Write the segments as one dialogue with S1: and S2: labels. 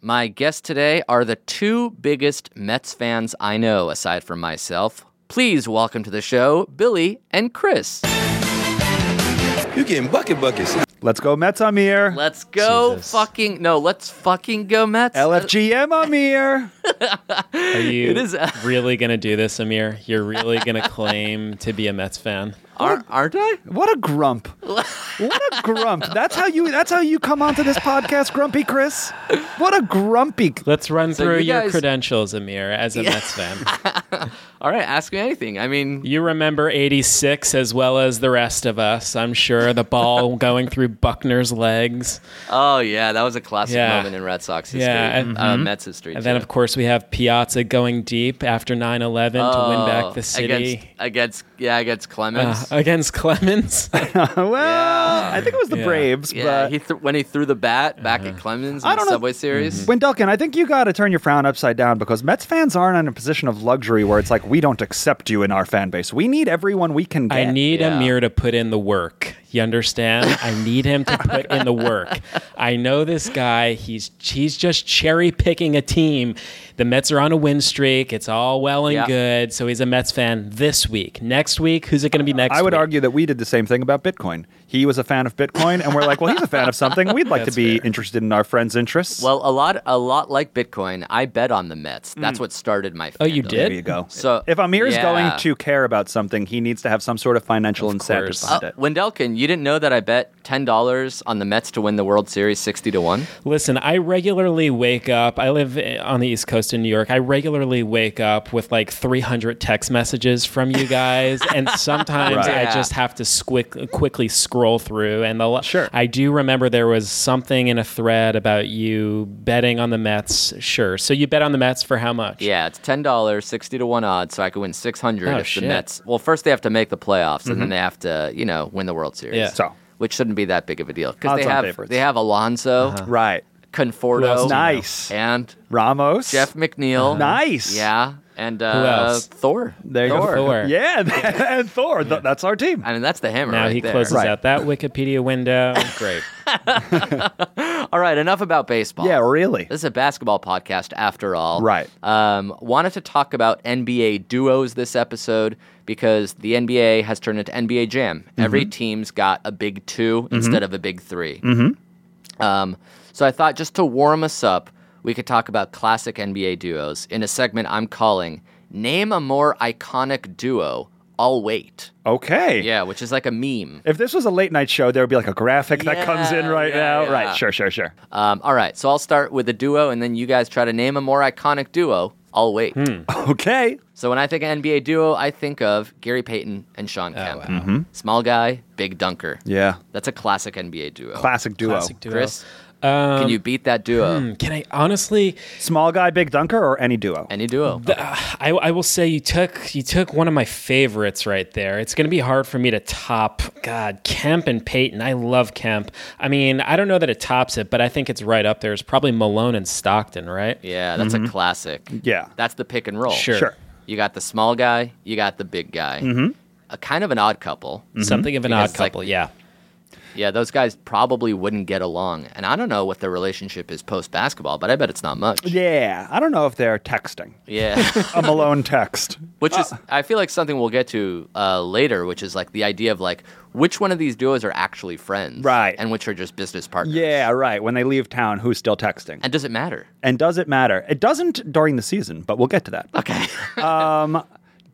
S1: My guests today are the two biggest Mets fans I know, aside from myself. Please welcome to the show Billy and Chris.
S2: You getting bucket buckets.
S3: Let's go Mets, Amir.
S1: Let's go
S4: Jesus.
S1: fucking no, let's fucking go Mets.
S3: LFGM, Amir.
S4: Are you
S1: It is- uh,
S4: really going to do this, Amir? You're really going to claim to be a Mets fan?
S1: Ar- Uh, aren't I?
S3: What a grump. What a grump. That's how you that's how you come onto this podcast, Grumpy Chris. What a grumpy
S4: Let's run
S1: So
S4: through
S1: you guys-
S4: your credentials, Amir, as a Mets fan.
S1: All right, ask me anything. I mean,
S4: You remember 86 as well as the rest of us, I'm sure. The ball going through Buckner's legs.
S1: oh yeah, that was a classic
S4: Yeah.
S1: moment in Red Sox history,
S4: Yeah,
S1: uh,
S4: mhm.
S1: Mets history.
S4: And then,
S1: too.
S4: of course, we have Piazza going deep after 9 11 to win
S1: Oh,
S4: back the city
S1: against, against yeah against
S4: uh,
S1: Clemens.
S4: against Clemens.
S3: Well, I think it was the
S4: Yeah.
S3: Braves,
S1: yeah,
S3: but Uh-huh.
S1: he th- when he threw the bat back at Clemens in
S3: I
S1: the
S3: don't know- Mm-hmm.
S1: Subway Series.
S3: When Duncan, I think you got to turn your frown upside down because Mets fans aren't in a position of luxury where it's like we don't accept you in our fan base. We need everyone we can get.
S4: I need
S1: Yeah.
S4: Amir to put in the work. You understand? I need him to put in the work. I know this guy. He's he's just cherry picking a team. The Mets are on a win streak. It's all well and
S1: Yeah.
S4: good. So he's a Mets fan this week. Next week, who's it going to be next?
S3: I would
S4: week?
S3: argue that we did the same thing about Bitcoin. He was a fan of Bitcoin, and we're like, well, he's a fan of something. We'd like to
S4: That's
S3: be
S4: fair.
S3: interested in our friends' interests.
S1: Well, a lot, a lot like Bitcoin. I bet on the Mets. That's what started my. Fandom.
S4: Oh, you
S3: there
S4: did?
S3: Mm. you go.
S1: So-
S3: if Amir is
S1: yeah.
S3: going to care about something, he needs to have some sort of financial incentive
S4: course.
S3: behind
S1: Uh,
S3: it.
S1: Wendelkin, you didn't know that I bet ten dollars on the Mets to win the World Series sixty to one.
S4: Listen, I regularly wake up. I live eh, on the East Coast in New York. I regularly wake up with like 300 text messages from you guys, and sometimes
S3: Right.
S4: I just have to squick, quickly scroll through. And the,
S3: Sure.
S4: I do remember there was something in a thread about you betting on the Mets. Sure. So you bet on the Mets for how much?
S1: Yeah, it's ten dollars, sixty to one odds, so I could win six hundred
S4: Oh,
S1: if
S4: shit.
S1: the Mets. Well, first they have to make the playoffs, and then they have to, you know, win the World Series.
S4: Yeah.
S3: Mm-hmm. So.
S1: which shouldn't be that big of a deal because they
S3: Odds-on
S1: have
S3: favorites.
S1: they have Alonso,
S3: Right.
S1: Conforto,
S3: Nice.
S1: and
S3: Ramos.
S1: Jeff McNeil.
S3: Uh-huh. Nice.
S1: Yeah, and uh,
S4: else?
S1: Thor.
S3: There you
S4: Thor.
S3: go.
S4: Thor.
S3: Yeah, and Thor. Th- that's our team.
S1: I mean, that's the hammer.
S4: Now
S1: right
S4: he
S1: there.
S4: closes
S3: Right.
S4: out that Wikipedia window. Great.
S1: All right, enough about baseball.
S3: Yeah, really.
S1: This is a basketball podcast after all.
S3: Right.
S1: Um, wanted to talk about NBA duos this episode because the NBA has turned into NBA Jam.
S3: Mm-hmm.
S1: Every team's got a big 2 instead of a big 3
S3: Mm-hmm.
S1: Um, so I thought just to warm us up, we could talk about classic NBA duos in a segment I'm calling Name a More Iconic Duo. I'll wait.
S3: Okay.
S1: Yeah, which is like a meme.
S3: If this was a late night show, there would be like a graphic that comes in
S1: Yeah,
S3: right
S1: yeah,
S3: now.
S1: yeah.
S3: Right. Sure, sure, sure.
S1: Um, all right, so I'll start with a duo, and then you guys try to name a more iconic duo. I'll wait.
S3: Okay.
S1: So when I think of NBA duo, I think of Gary Payton and Sean Kemp. Small guy, big dunker.
S3: Yeah.
S1: That's a classic NBA duo.
S3: Classic duo.
S4: Classic duo. hmm.
S1: Chris, can you beat that duo?
S4: Can I honestly?
S3: Small guy, big dunker, or any duo?
S1: Any duo?
S4: I, I will say you took you took one of my favorites right there. It's going to be hard for me to top. God, Kemp and Peyton. I love Kemp. I mean, I don't know that it tops it, but I think it's right up there. It's probably Malone and Stockton, right?
S1: yeah, that's a classic.
S3: Yeah.
S1: That's the pick and roll.
S4: Sure.
S3: Sure.
S1: You got the small guy, you got the big guy. Mm-hmm. A kind of an odd couple.
S4: Something of an
S1: Because
S4: odd
S1: it's like-
S4: couple. yeah.
S1: Yeah, those guys probably wouldn't get along. And I don't know what their relationship is post basketball, but I bet it's not much.
S3: Yeah. I don't know if they're texting.
S1: Yeah.
S3: A Malone text.
S1: which is I feel like something we'll get to uh, later, which is like the idea of like which one of these duos are actually friends,
S3: Right.
S1: and which are just business partners.
S3: Yeah, right. When they leave town, who's still texting?
S1: and does it matter?
S3: And does it matter? It doesn't during the season, but we'll get to that.
S1: Okay,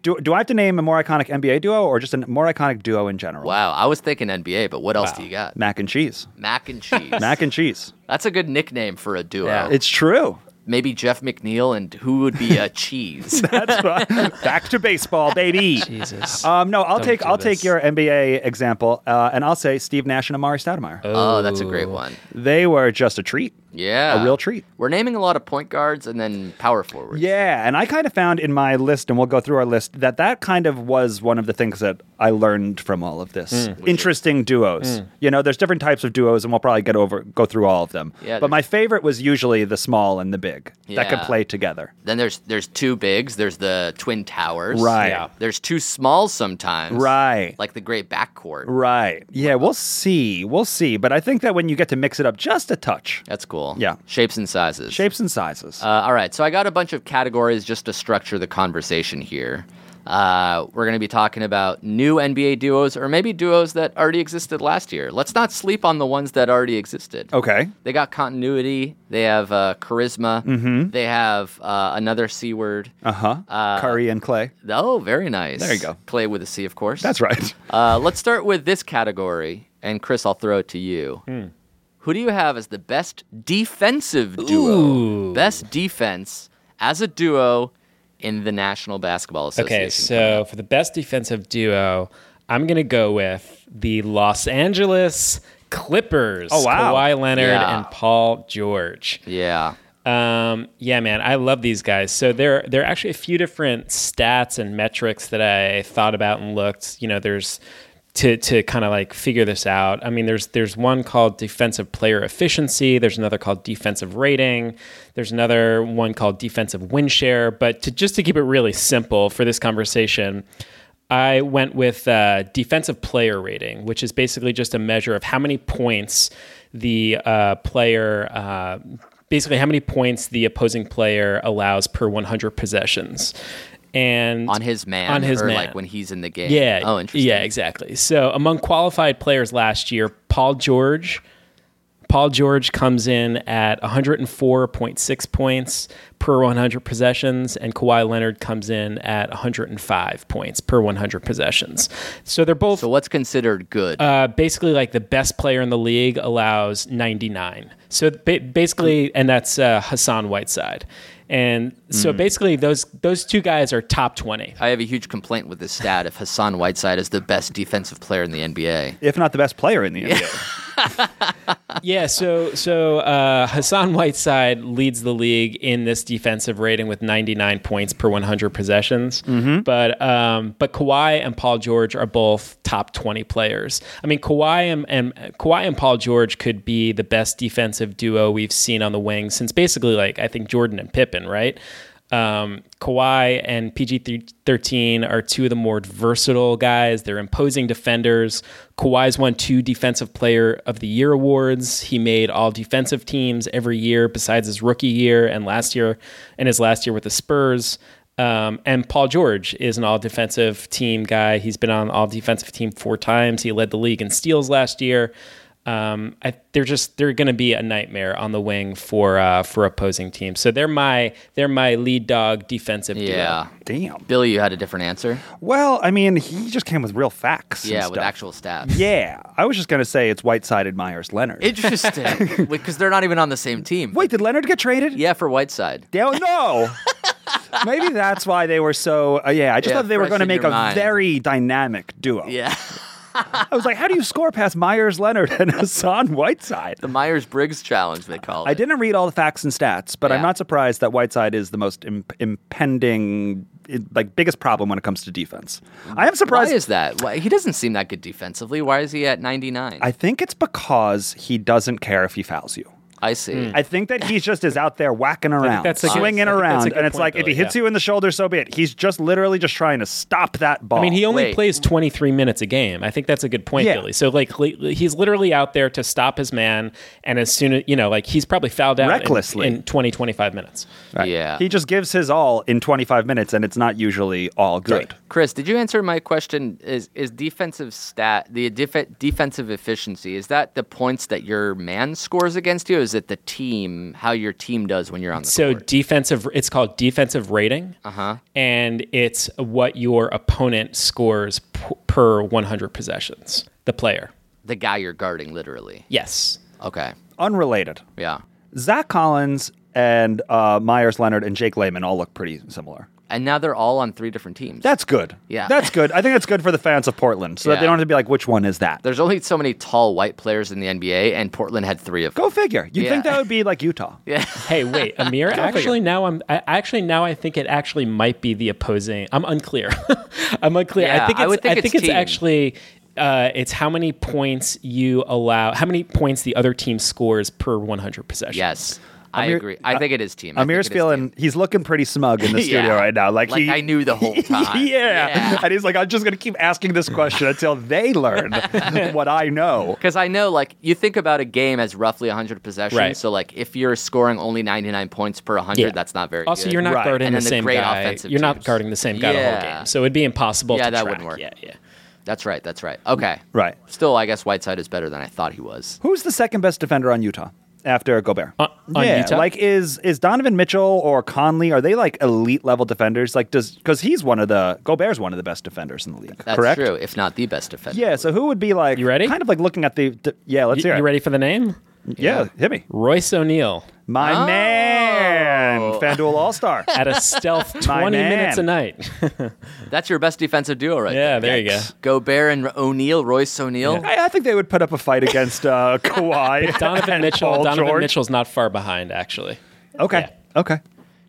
S3: Do, do I have to name a more iconic NBA duo or just a more iconic duo in general?
S1: wow, I was thinking NBA, but what else do you got?
S3: Mac and cheese.
S1: Mac and cheese.
S3: Mac and cheese.
S1: That's a good nickname for a duo.
S3: It's true.
S1: Maybe Jeff McNeil and who would be a cheese?
S3: That's right. Back to baseball, baby.
S4: Jesus.
S3: Um, no, I'll
S4: Don't
S3: take
S4: do
S3: I'll
S4: this.
S3: take your NBA example, uh, and I'll say Steve Nash and Amari Stoudemire.
S1: oh, that's a great one.
S3: They were just a treat.
S1: Yeah.
S3: a real treat.
S1: We're naming a lot of point guards and then power forwards.
S3: Yeah, and I kind of found in my list, and we'll go through our list, that that kind of was one of the things that I learned from all of this.
S1: Mm.
S3: Interesting duos. You know, there's different types of duos, and we'll probably get over go through all of them.
S1: Yeah,
S3: but
S1: there's-
S3: my favorite was usually the small and the big that could
S1: Yeah.
S3: play together.
S1: Then there's there's two bigs. There's the twin towers.
S3: Right. Yeah.
S1: There's two smalls sometimes.
S3: Right.
S1: Like the great backcourt.
S3: Right. Yeah, we'll see. We'll see. But I think that when you get to mix it up just a touch,
S1: That's cool.
S3: Yeah.
S1: Shapes and sizes.
S3: shapes and sizes.
S1: Uh, all right, so I got a bunch of categories just to structure the conversation here. Uh, we're going to be talking about new NBA duos or maybe duos that already existed last year. Let's not sleep on the ones that already existed.
S3: okay.
S1: They got continuity, they have uh, charisma,
S3: Mm-hmm.
S1: they have uh, another C word.
S3: Uh-huh.
S1: uh,
S3: Curry and Clay.
S1: Oh, very nice.
S3: There you go.
S1: Clay with a C, of course.
S3: That's right.
S1: Uh, let's start with this category, and Chris, I'll throw it to you.
S4: Hmm.
S1: Who do you have as the best defensive duo? Best defense as a duo in the National Basketball Association.
S4: Okay, so for the best defensive duo, I'm going to go with the Los Angeles Clippers.
S3: Oh, wow.
S4: Kawhi Leonard
S1: Yeah.
S4: and Paul George.
S1: yeah,
S4: Um, yeah, man, I love these guys. So there, there are actually a few different stats and metrics that I thought about and looked. You know, there's to to kind of like figure this out. I mean, there's there's one called defensive player efficiency. There's another called defensive rating. There's another one called defensive win share. But to just to keep it really simple for this conversation, I went with uh, defensive player rating, which is basically just a measure of how many points the uh, player, uh, basically how many points the opposing player allows per 100 possessions. And
S1: on his man,
S4: on his
S1: or
S4: man.
S1: like when he's in the game.
S4: yeah.
S1: Oh, interesting.
S4: Yeah, exactly. So among qualified players last year, Paul George. Paul George comes in at 104.6 points per 100 possessions, and Kawhi Leonard comes in at 105 points per 100 possessions. So they're both
S1: So what's considered good?
S4: uh, basically like the best player in the league allows 99. So ba- basically, and that's uh, Hassan Whiteside. And
S1: Mm.
S4: so basically, those those two guys are top 20.
S1: I have a huge complaint with this stat. If Hassan Whiteside is the best defensive player in the NBA,
S3: If not the best player in the NBA.
S4: Yeah, so so uh, Hassan Whiteside leads the league in this defensive rating with 99 points per 100 possessions. But um, but Kawhi and Paul George are both top 20 players. I mean, Kawhi and, and Kawhi and Paul George could be the best defensive duo we've seen on the wing since basically like I think Jordan and Pippen, right? Um, Kawhi and PG13 are two of the more versatile guys. They're imposing defenders. Kawhi's won two Defensive Player of the Year awards. He made all defensive teams every year besides his rookie year and last year, and his last year with the Spurs. Um, and Paul George is an all defensive team guy. He's been on all defensive team four times. He led the league in steals last year. Um, I, they're just they're going to be a nightmare on the wing for uh, for opposing teams. So they're my they're my lead dog defensive. duo.
S1: yeah.
S3: Damn.
S1: Billy, you had a different answer.
S3: Well, I mean, he just came with real facts. and
S1: Yeah, with
S3: stuff.
S1: actual stats.
S3: Yeah, I was just gonna say it's Whiteside admires Leonard.
S1: Interesting, because they're not even on the same team.
S3: Wait, did Leonard get traded?
S1: Yeah, for Whiteside.
S3: Yeah, no. Maybe that's why they were so. Uh, yeah, I just
S1: Yeah,
S3: thought they were
S1: fresh
S3: going to
S1: in
S3: make a
S1: your mind.
S3: very dynamic duo.
S1: Yeah.
S3: I was like, how do you score past Myers Leonard and Hassan Whiteside?
S1: The Myers Briggs challenge, they call it.
S3: I didn't read all the facts and stats, but I'm
S1: Yeah.
S3: not surprised that Whiteside is the most imp- impending, i- like biggest problem when it comes to defense. I am
S1: Mm. Why
S3: surprised.
S1: is that? Why, he doesn't seem that good defensively. Why is he at 99?
S3: I
S1: I,
S3: think it's because he doesn't care if he fouls you.
S1: see.
S3: I think that he's just is out there whacking around,
S4: that's a good-
S3: swinging
S4: I think that's a
S3: around,
S4: good
S3: and it's
S4: point,
S3: like if he
S4: Billy,
S3: hits
S4: yeah.
S3: you in the shoulder, so be it. He's just literally just trying to stop that ball.
S4: I mean, he only
S1: Wait.
S4: plays 23 minutes a game. I think that's a good point,
S3: Yeah.
S4: Billy. So, like, li- li- he's literally out there to stop his man, and as soon as you know, like, he's probably fouled out in-
S3: Recklessly.
S4: in, 20, 25 minutes.
S1: Yeah.
S3: He just gives his all in 25 minutes, and it's not usually all good.
S1: Chris, did you answer my question? Is is defensive stat the def- defensive efficiency? Is that the points that your man scores against you? Or is it the team? How your team does when you're on the
S4: So
S1: court?
S4: defensive, it's called defensive rating, uh-huh. and it's what your opponent scores p- per 100 possessions. The player,
S1: The guy you're guarding, literally.
S4: yes.
S1: Okay.
S3: Unrelated.
S1: Yeah.
S3: Zach Collins and uh, Myers Leonard and Jake Lehman all look pretty similar.
S1: and now they're all on three different teams.
S3: That's good.
S1: Yeah.
S3: That's good. I think that's good for the fans of Portland so that they
S1: Yeah.
S3: don't have to be like, which one is that?
S1: There's only so many tall white players in the NBA, and Portland had three of them.
S3: Go figure. You'd think
S1: Yeah.
S3: that would be like Utah.
S1: Yeah.
S4: Hey, wait, Amir. actually, now I'm. I, actually, now I think it actually might be the opposing. I'm unclear. I'm unclear. I
S1: Yeah,
S4: think
S1: I
S4: it's.
S1: would think
S4: I
S1: it's
S4: think it's,
S1: team.
S4: actually. Uh, it's how many points you allow. How many points the other team scores per 100 possessions.
S1: Yes. I
S3: Amir-
S1: agree. I think it is team. I think it
S3: Amir's
S1: is team.
S3: feeling he's looking pretty smug in the
S1: Yeah.
S3: studio right now. Like,
S1: Like
S3: he,
S1: I knew the whole time.
S3: yeah.
S1: Yeah.
S3: and he's like, I'm just gonna keep asking this question until they learn what I know.
S1: Because I know, like, you think about a game as roughly 100 possessions.
S4: Right.
S1: So, like, if you're scoring only 99 points per 100,
S4: Yeah.
S1: that's not very
S4: Also,
S1: good.
S4: you're not
S3: Right.
S4: guarding
S1: And
S4: the
S1: then the
S4: same
S1: great
S4: guy.
S1: offensive
S4: You're not
S1: teams.
S4: guarding the same guy the whole
S1: Yeah.
S4: game, so it'd be impossible.
S1: Yeah,
S4: to
S1: that
S4: track.
S1: wouldn't work.
S4: Yeah, yeah.
S1: That's right. That's right. Okay.
S3: Right.
S1: Still, I guess Whiteside is better than I thought he was.
S3: Who's the second best defender on Utah after Gobert?
S4: On- Uh, on
S3: yeah,
S4: Utah?
S3: like is is Donovan Mitchell or Conley? Are they like elite level defenders? Like does because he's one of the Gobert's one of the best defenders in the league.
S1: That's
S3: correct.
S1: true, if not the best defender.
S3: Yeah. So who would be like
S4: You ready?
S3: Kind of like looking at the d- yeah. Let's
S4: You,
S3: hear it.
S4: you ready for the name?
S3: Yeah, hit me.
S4: Royce O'Neal
S3: My
S1: Oh.
S3: man, FanDuel All Star.
S4: at a stealth
S3: My
S4: 20
S3: man.
S4: minutes a night.
S1: That's your best defensive duo right
S4: yeah, there you go.
S3: Yikes.
S1: go. Gobert and O'Neal, Royce O'Neal.
S3: I, I think they would put up a fight against uh, Kawhi.
S4: Donovan
S3: and
S4: Mitchell.
S3: Paul
S4: Donovan
S3: George.
S4: Mitchell's not far behind, actually.
S3: Okay. Okay.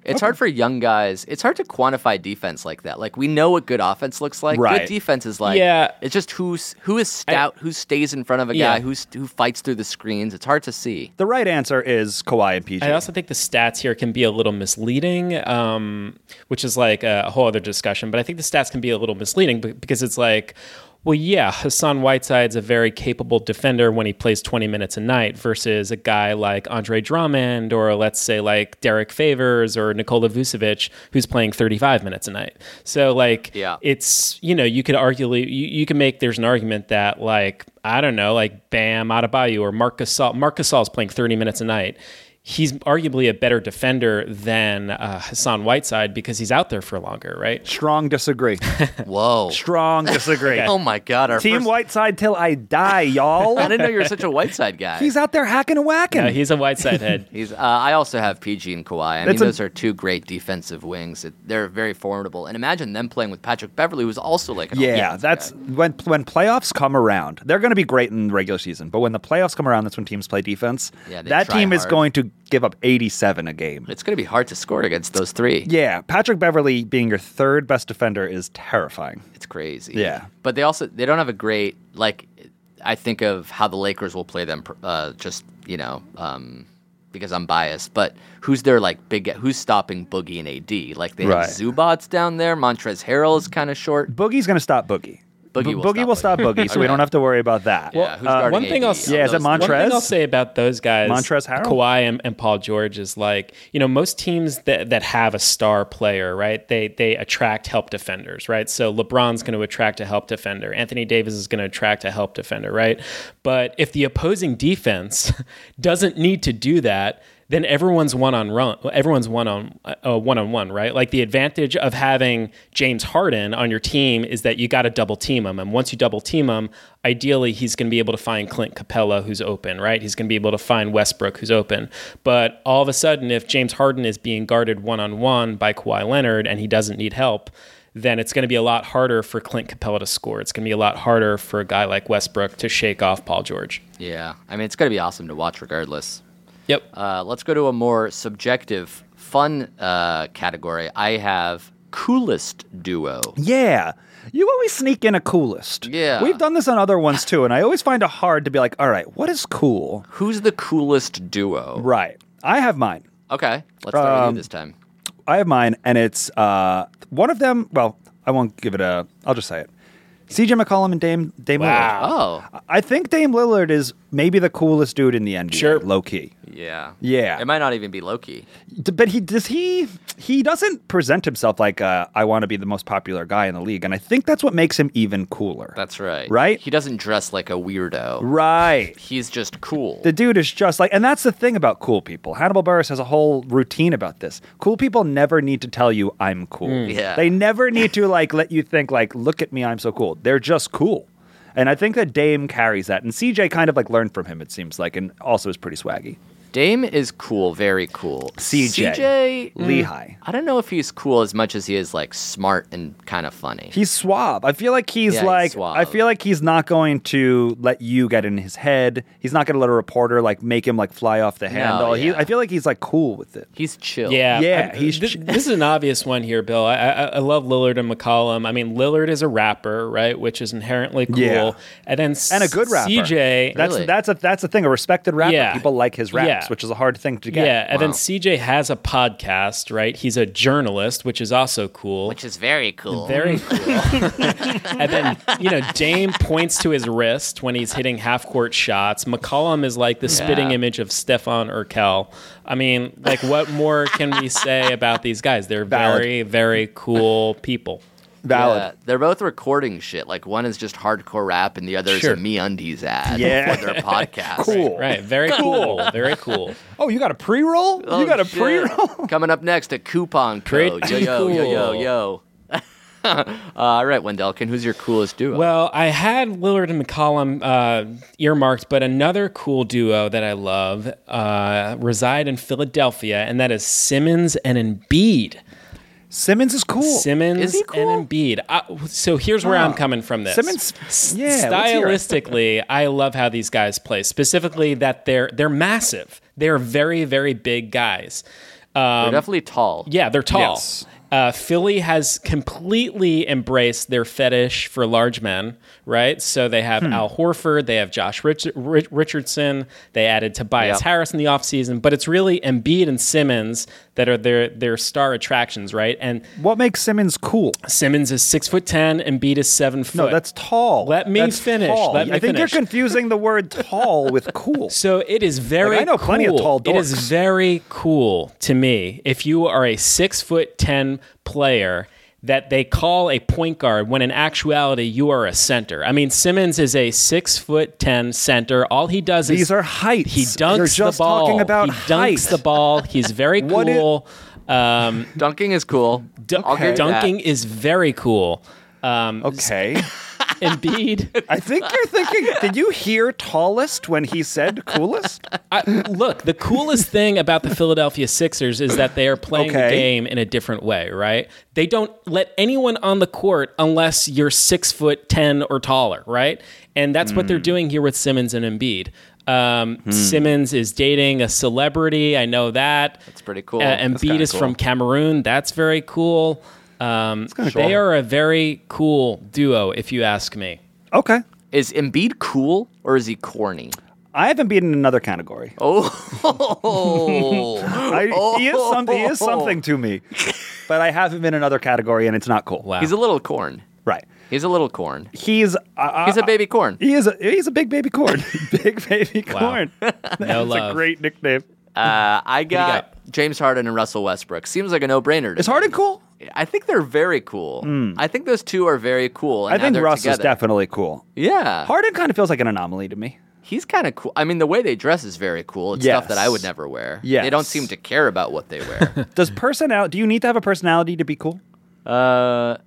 S1: It's hard for young guys. It's hard to quantify defense like that. Like we know what good offense looks like.
S3: Right.
S1: Good defense is like
S4: Yeah.
S1: It's just who's who is stout, who stays in front of a
S4: Yeah.
S1: guy, who's who fights through the screens. It's hard to see.
S3: The right answer is Kawhi and PG.
S4: I also think the stats here can be a little misleading, um, which is like a whole other discussion. But I think the stats can be a little misleading be- because it's like, well, yeah, Hassan Whiteside's a very capable defender when he plays 20 minutes a night versus a guy like Andre Drummond or let's say like Derek Favors or Nikola Vucevic who's playing 35 minutes a night. So like,
S1: Yeah.
S4: it's you know you could argue you, you can make there's an argument that like I don't know like Bam Adebayo or Marc Gasol Marc Gasol's playing 30 minutes a night. He's arguably a better defender than uh, Hassan Whiteside because he's out there for longer, right?
S3: Strong disagree.
S1: Whoa.
S3: Strong disagree.
S1: Oh my god, our
S3: Team
S1: first-
S3: Whiteside till I die,
S1: I
S3: y'all.
S1: didn't know you were such a Whiteside guy.
S3: He's out there hacking and whacking.
S4: Uh, he's a Whiteside head.
S1: He's, uh, I also have PG and Kawhi. I mean,
S3: It's a-
S1: those are two great defensive wings. It, they're very formidable. And imagine them playing with Patrick Beverly, who's also like an
S3: yeah,
S1: offensive
S3: that's
S1: guy.
S3: when when playoffs come around. They're going to be great in the regular season, but when the playoffs come around, that's when teams play defense.
S1: Yeah, they
S3: that
S1: try
S3: team is
S1: hard.
S3: going to give up 87 a game.
S1: It's going to be hard to score against those three.
S3: Yeah, Patrick Beverly being your third best defender is terrifying.
S1: It's crazy.
S3: Yeah.
S1: But they also they don't have a great like. I think of how the Lakers will play them. Uh, just you know, um, because I'm biased. But who's their like big? Who's stopping Boogie and AD? Like they
S3: Right.
S1: have Zubats down there. Montrez Harrell is kind of short.
S3: Boogie's going to stop Boogie.
S1: Boogie will
S3: Boogie
S1: stop
S3: will stop Boogie, so we
S1: Okay.
S3: don't have to worry about that. Uh,
S1: yeah. Who's guarding
S4: uh, one thing
S1: AD?
S4: I'll
S3: Yeah, is
S1: Those-
S3: it Montrez?
S4: One thing I'll say about those guys,
S3: Montrezl Harrell?
S4: Kawhi and, and Paul George, is like you know most teams that, that have a star player, right? They they attract help defenders, right? So LeBron's going to attract a help defender. Anthony Davis is going to attract a help defender, right? But if the opposing defense doesn't need to do that. Then everyone's one on run. Everyone's one on uh, one on one, right? Like the advantage of having James Harden on your team is that you got to double team him, and once you double team him, ideally he's going to be able to find Clint Capella who's open, right? He's going to be able to find Westbrook who's open. But all of a sudden, if James Harden is being guarded one on one by Kawhi Leonard and he doesn't need help, then it's going to be a lot harder for Clint Capella to score. It's going to be a lot harder for a guy like Westbrook to shake off Paul George.
S1: Yeah. I mean, it's going to be awesome to watch regardless.
S4: Yep.
S1: Uh, let's go to a more subjective, fun uh, category. I have coolest duo.
S3: Yeah. You always sneak in a coolest.
S1: Yeah.
S3: We've done this on other ones too, and I always find it hard to be like, all right, what is cool?
S1: Who's the coolest duo?
S3: Right. I have mine.
S1: Okay, let's start
S4: Um,
S1: with you this time.
S3: I have mine, and it's uh, one of them. Well, I won't give it a. I'll just say it. CJ McCollum and Dame Dame Lillard.
S1: Oh,
S3: I think Dame Lillard is maybe the coolest dude in the NBA.
S4: Sure.
S3: Low key.
S1: yeah,
S3: Yeah.
S1: It might not even be Loki.
S3: D- But he does he he doesn't present himself like uh, I want to be the most popular guy in the league, and I think that's what makes him even cooler.
S1: That's right.
S3: Right?
S1: He doesn't dress like a weirdo.
S3: right.
S1: He's just cool.
S3: The dude is just like, and that's the thing about cool people. Hannibal Burris has a whole routine about this. Cool people never need to tell you I'm cool.
S1: Yeah.
S3: They never need to like let you think like, look at me, I'm so cool. They're just cool. And I think that Dame carries that, and CJ kind of like learned from him. It seems like, and also is pretty swaggy.
S1: Dame is cool, very cool.
S3: CJ.
S1: CJ mm,
S3: Lehigh.
S1: I don't know if he's cool as much as he is like smart and kind of funny.
S3: He's suave. I feel like he's
S1: Yeah, he's
S3: like I
S1: suave.
S3: feel like he's not going to let you get in his head. He's not going to let a reporter like make him like fly off the handle. He,
S1: yeah.
S3: I feel like he's like cool with it.
S1: He's chill.
S4: Yeah,
S3: Yeah,
S4: I-
S3: he's
S4: this,
S3: ch-
S4: this is an obvious one here, Bill. I, I, I love Lillard and McCollum. I mean, Lillard is a rapper, right, which is inherently cool,
S3: Yeah.
S4: and then
S3: And a good rapper.
S4: CJ.
S3: That's
S1: Really?
S3: that's a that's a thing. A respected rapper.
S4: Yeah.
S3: People like his raps,
S4: Yeah.
S3: which is a hard thing to
S4: yeah,
S3: get.
S4: and then
S1: Wow.
S4: CJ has a podcast, right? He's a journalist, which is also cool.
S1: Which is very cool.
S4: Very cool. and then, you know, Dame points to his wrist when he's hitting half court shots. McCollum is like the spitting image of Stefan Urkel. I mean, like, what more can we say about these guys? They're
S3: Valid.
S4: very, very cool people.
S3: Valid.
S1: Yeah, they're both recording shit. Like one is just hardcore rap, and the other
S4: Sure.
S1: is a Me Undies ad
S3: Yeah.
S1: for their podcast.
S3: Cool.
S4: Right. Very cool. Very cool.
S3: Oh, you got a pre roll?
S4: Oh,
S3: you got a
S1: Oh, shit.
S3: pre roll?
S1: Coming up next, a coupon code.
S4: Pretty
S1: Yo yo yo yo
S4: cool.
S1: yo. Uh, all right, Wendelkin, who's your coolest duo?
S4: Well, I had Lillard and McCollum uh, earmarked, but another cool duo that I love uh, reside in Philadelphia, and that is Simmons and Embiid.
S3: Simmons is cool.
S4: Simmons
S1: Is he cool?
S4: and Embiid. I, so here's where I'm coming from this.
S3: Simmons-
S4: S-
S3: yeah, let's hear it.
S4: Stylistically, I love how these guys play. Specifically, that they're they're massive. They're very very big guys.
S1: they're
S3: um,
S1: definitely tall.
S4: Yeah, they're tall.
S3: Yes.
S4: Uh, Philly has completely embraced their fetish for large men, right? So they have
S3: Hmm.
S4: Al Horford, they have Josh Rich- Rich- Richardson, they added Tobias
S1: Yeah.
S4: Harris in the offseason, but it's really Embiid and Simmons that are their, their star attractions, right? And
S3: What makes Simmons cool?
S4: Simmons is six foot ten, Embiid is seven foot.
S3: No, that's tall.
S4: Let me
S3: That's
S4: finish.
S3: tall.
S4: Let me
S3: I think
S4: finish.
S3: you're confusing the word tall with cool.
S4: So it is very.
S3: Like, I know
S4: cool.
S3: plenty of tall
S4: It is
S3: dorks.
S4: very cool to me if you are a six foot ten player that they call a point guard when in actuality you are a center. I mean Simmons is a six foot ten center. All he does is
S3: These are heights.
S4: He dunks
S3: You're just
S4: the ball.
S3: talking about
S4: he dunks
S3: height.
S4: the ball. He's very
S3: What is-
S4: cool. um,
S1: Dunking is cool.
S4: dun-
S1: I'll give you that.
S4: dunking is very cool.
S3: okay.
S4: Embiid.
S3: I think you're thinking. Did you hear tallest when he said coolest?
S4: I, look, the coolest thing about the Philadelphia Sixers is that they are playing the
S3: Okay.
S4: game in a different way, right? They don't let anyone on the court unless you're six foot ten or taller, right? And that's what
S1: Hmm.
S4: they're doing here with Simmons and Embiid. Um, Simmons is dating a celebrity. I know that.
S1: That's pretty cool.
S4: Uh,
S1: That's
S4: Embiid
S1: kinda
S4: is
S1: cool.
S4: from Cameroon. That's very cool. Um, they
S3: cool.
S4: are a very cool duo, if you ask me.
S3: Okay.
S1: Is Embiid cool or is he corny?
S3: I haven't been in another category.
S1: Oh,
S3: I, He is something. He is something to me, but I haven't been in another category, and it's not cool.
S4: Wow.
S1: he's a little corn.
S3: Right.
S1: He's a little corn.
S3: He's. Uh,
S1: He's a baby corn.
S3: He is. A, he's a big baby corn. big baby corn. That's a
S4: no love.
S3: great nickname.
S1: Uh, I got,
S4: got?
S1: James Harden and Russell Westbrook. Seems like a no-brainer. to
S3: Is
S1: me.
S3: Harden cool?
S1: I think they're very cool. I think those two are very cool. and
S3: Hmm. I
S1: now
S3: think
S1: they're
S3: Russ is
S1: together.
S3: definitely cool.
S1: Yeah,
S3: Harden kind of feels like an anomaly to me.
S1: he's kind of cool. I mean, the way they dress is very cool. It's stuff that I would
S3: Yes.
S1: never wear.
S3: Yes.
S1: they don't seem to care about what they wear.
S3: Does personality? Do you need to have a personality to be cool?
S1: uh,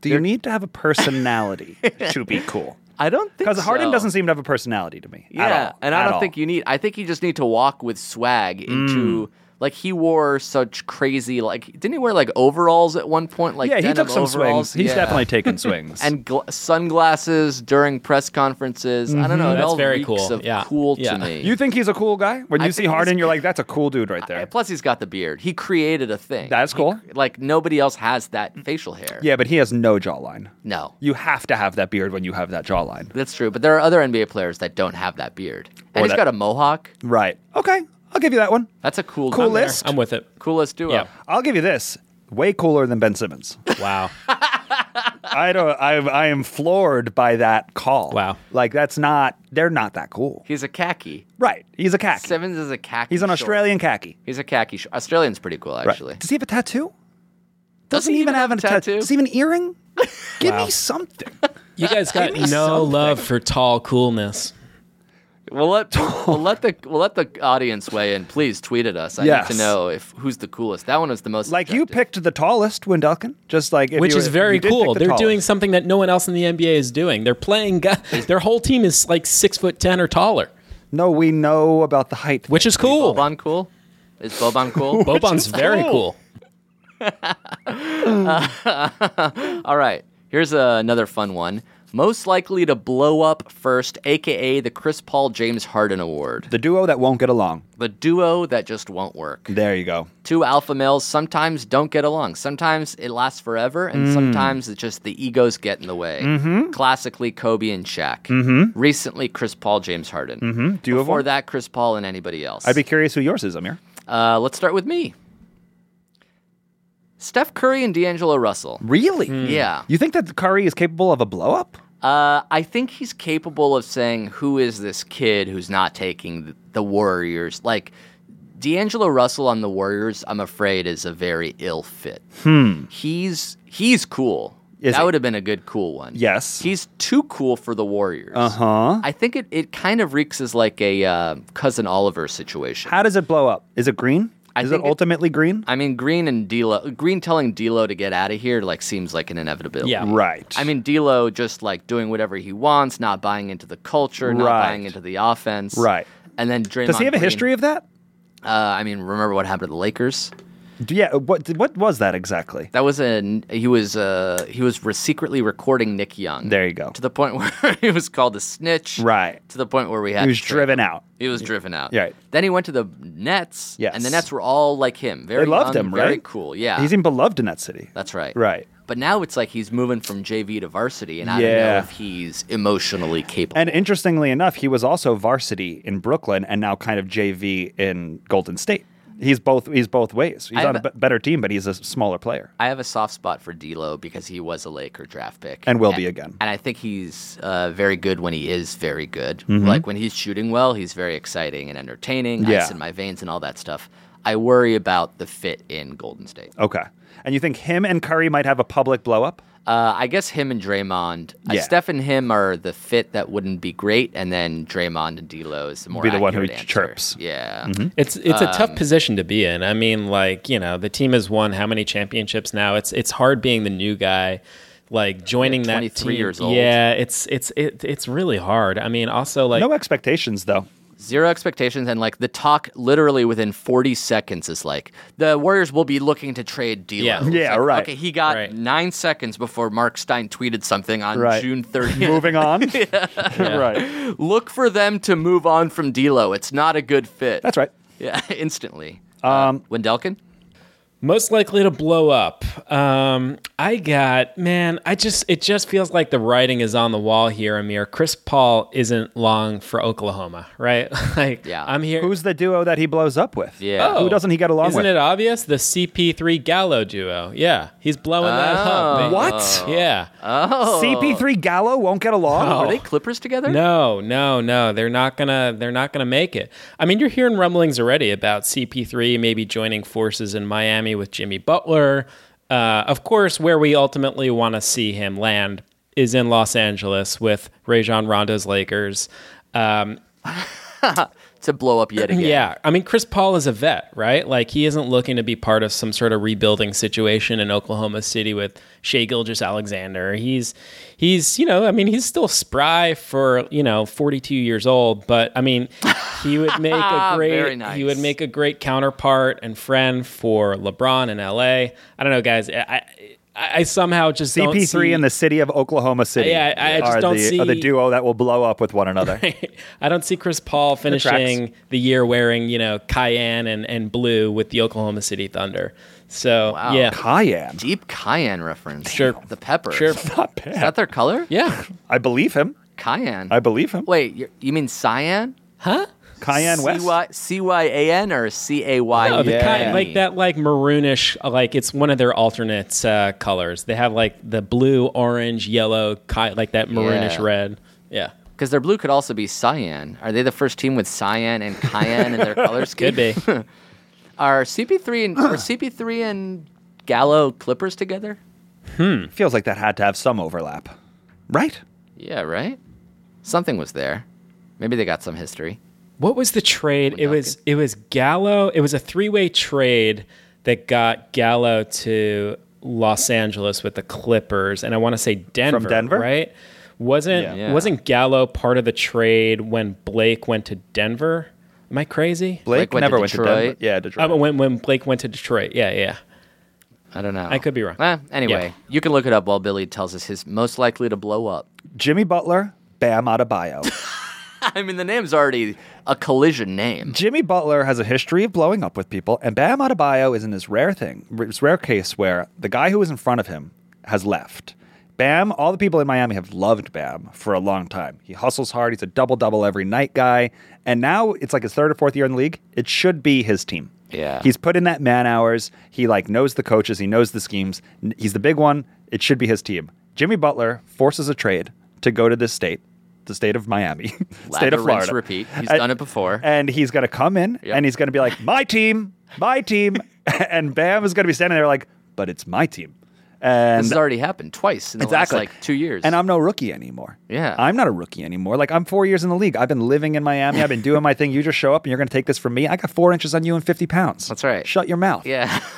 S3: Do you need to have a personality to be cool?
S1: I don't think
S3: Because Harden
S1: so.
S3: doesn't seem to have a personality to me.
S1: Yeah,
S3: at all,
S1: and I
S3: at
S1: don't
S3: all.
S1: think you need. I think you just need to walk with swag into.
S3: Mm.
S1: Like he wore such crazy like didn't he wear like overalls at one point like
S3: yeah, he
S1: denim
S3: took some
S1: overalls?
S3: swings. He's
S1: Yeah.
S3: definitely taken swings.
S1: and gl- sunglasses during press conferences. I don't know.
S3: Mm-hmm.
S1: It
S4: That's
S1: all
S4: very
S1: reeks
S4: cool.
S1: Of
S4: Yeah.
S1: cool
S4: Yeah.
S1: to me.
S3: you think he's a cool guy? When you
S1: I
S3: see
S1: think he's-
S3: Harden, you're like, that's a cool dude right there.
S1: And plus, he's got the beard. He created a thing.
S3: That's
S1: He-
S3: cool. Mm.
S1: like nobody else has that facial hair.
S3: yeah, but he has no jawline.
S1: No.
S3: You have to have that beard when you have that jawline.
S1: That's true. But there are other NBA players that don't have that beard. And
S3: Or
S1: he's
S3: that-
S1: got a mohawk.
S3: Right. Okay. I'll give you that one.
S1: That's a cool
S3: Cool
S1: I'm there.
S3: list.
S4: I'm with it.
S1: Coolest duo.
S4: Yeah.
S3: I'll give you this. Way cooler than Ben Simmons.
S4: Wow.
S3: I don't. I, I am floored by that call.
S4: Wow.
S3: Like that's not. They're not that cool.
S1: He's a khaki.
S3: Right. He's a khaki.
S1: Simmons is a khaki.
S3: He's an
S1: short.
S3: Australian khaki.
S1: He's a khaki. Sh- Australian's pretty cool,
S3: Right.
S1: actually.
S3: Does he have a tattoo?
S1: Does he even have a
S3: tat-
S1: tattoo?
S3: Does he have an earring? Give me something.
S4: You guys got no love for tall coolness.
S1: We'll let we'll let the we'll let the audience weigh in. Please tweet at us. I
S3: Yes.
S1: need to know if who's the coolest. That one is the most.
S3: Like you
S1: subjective.
S3: picked the tallest, Wendelkin. Just like if
S4: which
S3: you
S4: is
S3: were-
S4: very
S3: you did
S4: cool.
S3: pick the
S4: They're doing
S3: tallest.
S4: something that no one else in the NBA is doing. They're playing. gu- Their whole team is like six foot ten or taller.
S3: No, we know about the height.
S4: which is cool.
S1: Boban cool? Is Boban cool?
S4: Boban's very cool.
S1: All right. Here's uh, another fun one. Most likely to blow up first, aka the Chris Paul James Harden Award.
S3: the duo that won't get along.
S1: The duo that just won't work.
S3: There you go.
S1: Two alpha males sometimes don't get along. Sometimes it lasts forever, and sometimes it's just the egos get in the way. Classically, Kobe and Shaq. Recently, Chris Paul, James Harden. Mm-hmm.
S3: Do you have
S1: Before
S3: one?
S1: that, Chris Paul and anybody else.
S3: I'd be curious who yours is, Amir.
S1: uh, let's start with me. Steph Curry and D'Angelo Russell.
S3: Really?
S1: Yeah.
S3: You think that Curry is capable of a blow up?
S1: Uh, I think he's capable of saying, "Who is this kid who's not taking th- the Warriors?" Like D'Angelo Russell on the Warriors, I'm afraid is a very ill fit. Hmm. He's he's cool.
S3: Is
S1: that
S3: he?
S1: would have been a good cool one.
S3: Yes. Uh-huh.
S1: He's too cool for the Warriors. Uh huh. I think it, it kind of reeks as like a uh, cousin Oliver situation.
S3: How does it blow up? Is it green?
S1: I
S3: is it
S1: think it-
S3: ultimately green?
S1: I mean, Green and D'Lo, Green telling D'Lo to get out of here like seems like an inevitability.
S4: Yeah.
S3: right.
S1: I mean, D'Lo just like doing whatever he wants, not buying into the culture, not
S3: Right.
S1: buying into the offense.
S3: Right.
S1: And then Draymond.
S3: does he have a
S1: Green,
S3: history of that?
S1: Uh, I mean, remember what happened to the Lakers?
S3: D- Yeah. What What was that exactly?
S1: That was an he was uh he was re- secretly recording Nick Young.
S3: There you go.
S1: To the point where he was called a snitch.
S3: Right.
S1: To the point where we had
S3: He was
S1: to trade
S3: driven
S1: him.
S3: out.
S1: He was driven out.
S3: Right.
S1: Then he went to the Nets.
S3: Yes.
S1: And the Nets were all like him. Very
S3: They loved
S1: young,
S3: him,
S1: Very
S3: right?
S1: cool. Yeah.
S3: He's even beloved in that city.
S1: That's right.
S3: Right.
S1: But now it's like he's moving from JV to varsity, and I don't know
S3: Yeah.
S1: if he's emotionally capable.
S3: And interestingly enough, he was also varsity in Brooklyn and now kind of JV in Golden State. He's both. He's both ways. He's
S1: I
S3: on a
S1: have a-
S3: b- better team, but he's a smaller player.
S1: I have a soft spot for D'Lo because he was a Laker draft pick
S3: And will be again.
S1: And I think he's uh, very good when he is very good.
S3: Mm-hmm.
S1: Like when he's shooting well, he's very exciting and entertaining.
S3: Yeah.
S1: Ice in my veins and all that stuff. I worry about the fit in Golden State.
S3: Okay. And you think him and Curry might have a public blow up?
S1: Uh, I guess him and Draymond, uh,
S3: Yeah.
S1: Steph and him are the fit that wouldn't be great, and then Draymond and D'Lo is the more
S3: Be the one who
S1: accurate answer.
S3: chirps. Mm-hmm.
S1: Yeah.
S4: It's it's
S3: Um,
S4: a tough position to be in. I mean, like you know, the team has won how many championships now? It's it's hard being the new guy, like joining that
S1: 23
S4: team.
S1: years old.
S4: Yeah, it's it's it, it's really hard. I mean, also like
S3: no expectations though.
S1: Zero expectations, and like the talk literally within 40 seconds is like, the Warriors will be looking to trade D'Lo.
S4: Yeah.
S1: It's
S3: Yeah,
S1: like,
S3: right.
S1: Okay, he got
S4: Right.
S1: nine seconds before Mark Stein tweeted something on
S3: Right.
S1: June 30th.
S3: Moving on. right.
S1: Look for them to move on from D'Lo. It's not a good fit.
S3: That's right.
S1: Yeah, instantly. Um, Wendelkin?
S4: most likely to blow up. Um, I got man. I just it just feels like the writing is on the wall here, Amir. Chris Paul isn't long for Oklahoma, right? like
S1: Yeah.
S4: I'm here.
S3: Who's the duo that he blows up with?
S1: Yeah.
S3: Who doesn't he get along
S4: Oh. Isn't
S3: with?
S4: it obvious? The CP3 Gallo duo. Yeah, he's blowing that up.
S3: Oh.
S4: man.
S3: What?
S4: Yeah. Oh.
S3: CP3 Gallo won't get along.
S1: Are they Clippers together?
S4: No, no, no. They're not gonna. They're not gonna make it. I mean, you're hearing rumblings already about CP3 maybe joining forces in Miami with Jimmy Butler. Uh, of course, where we ultimately want to see him land is in Los Angeles with Rajon Rondo's Lakers. Um,
S1: To blow up yet again.
S4: yeah, I mean, Chris Paul is a vet, right? Like he isn't looking to be part of some sort of rebuilding situation in Oklahoma City with Shea Gilgis Alexander. He's he's you know, I mean, he's still spry for you know 42 years old, but I mean, he would make a
S1: Very
S4: great
S1: nice.
S4: he would make a great counterpart and friend for LeBron in LA. I don't know, guys. I I, I somehow just don't
S3: CP3
S4: see-
S3: in the city of Oklahoma City.
S4: Yeah, I- I just
S3: are
S4: don't
S3: the, are the
S4: see-
S3: duo that will blow up with one another.
S4: I don't see Chris Paul finishing the year wearing, you know, cayenne and, and blue with the Oklahoma City Thunder. So yeah.
S3: Cayenne.
S1: Deep cayenne reference.
S4: Sure.
S1: The pepper.
S4: Sure.
S1: Is
S3: Not bad.
S1: that their color?
S4: Yeah.
S3: I believe him.
S1: Cayenne.
S3: I believe him.
S1: Wait, you you mean cyan?
S4: Huh?
S3: Cayenne West.
S1: CY C-Y-A-N or C-A-Y?
S4: No, the
S3: Yeah.
S4: ki- like that like maroonish like it's one of their alternate uh, colors. They have like the blue, orange, yellow, ki- like that maroonish
S1: Yeah.
S4: red. Yeah.
S1: Because their blue could also be cyan. Are they the first team with cyan and cayenne in their color scheme?
S4: Could be.
S1: Are CP3 and are CP3 and Gallo Clippers together?
S3: Feels like that had to have some overlap. Right?
S1: Yeah, right. Something was there. Maybe they got some history.
S4: What was the trade? It
S1: Wendelken.
S4: was it was Gallo. It was a three way trade that got Gallo to Los Angeles with the Clippers, and I want to say Denver,
S3: Denver?
S4: right? Wasn't
S3: Yeah.
S1: Yeah.
S4: wasn't Gallo part of the trade when Blake went to Denver? Am I crazy?
S3: Blake,
S1: Blake went to
S3: never went to Denver.
S1: Detroit.
S3: Yeah, Detroit.
S4: Uh, when when Blake went to Detroit, yeah, yeah.
S1: I don't know.
S4: I could be wrong.
S1: Eh, anyway, you can look it up while Billy tells us his most likely to blow up.
S3: Jimmy Butler, Bam Adebayo.
S1: I mean, the name's already a collision name.
S3: Jimmy Butler has a history of blowing up with people, and Bam Adebayo is in this rare thing, this rare case where the guy who was in front of him has left. Bam, all the people in Miami have loved Bam for a long time. He hustles hard. He's a double double every night guy. And now it's like his third or fourth year in the league. It should be his team.
S1: Yeah.
S3: He's put in that man hours. He like knows the coaches. He knows the schemes. N- He's the big one. It should be his team. Jimmy Butler forces a trade to go to this state, the state of Miami, state
S1: Lather,
S3: of
S1: rinse,
S3: Florida.
S1: repeat. He's
S3: And-
S1: done it before.
S3: and he's going to come in
S1: Yep.
S3: and he's going to be like, my team, my team. and Bam is going to be standing there like, but it's my team. And
S1: This has already happened twice in the
S3: exactly.
S1: last like two years.
S3: And I'm no rookie anymore.
S1: Yeah.
S3: I'm not a rookie anymore. Like, I'm four years in the league. I've been living in Miami. I've been doing my thing. You just show up and you're going to take this from me. I got four inches on you and 50 pounds.
S1: That's right.
S3: Shut your mouth.
S1: yeah.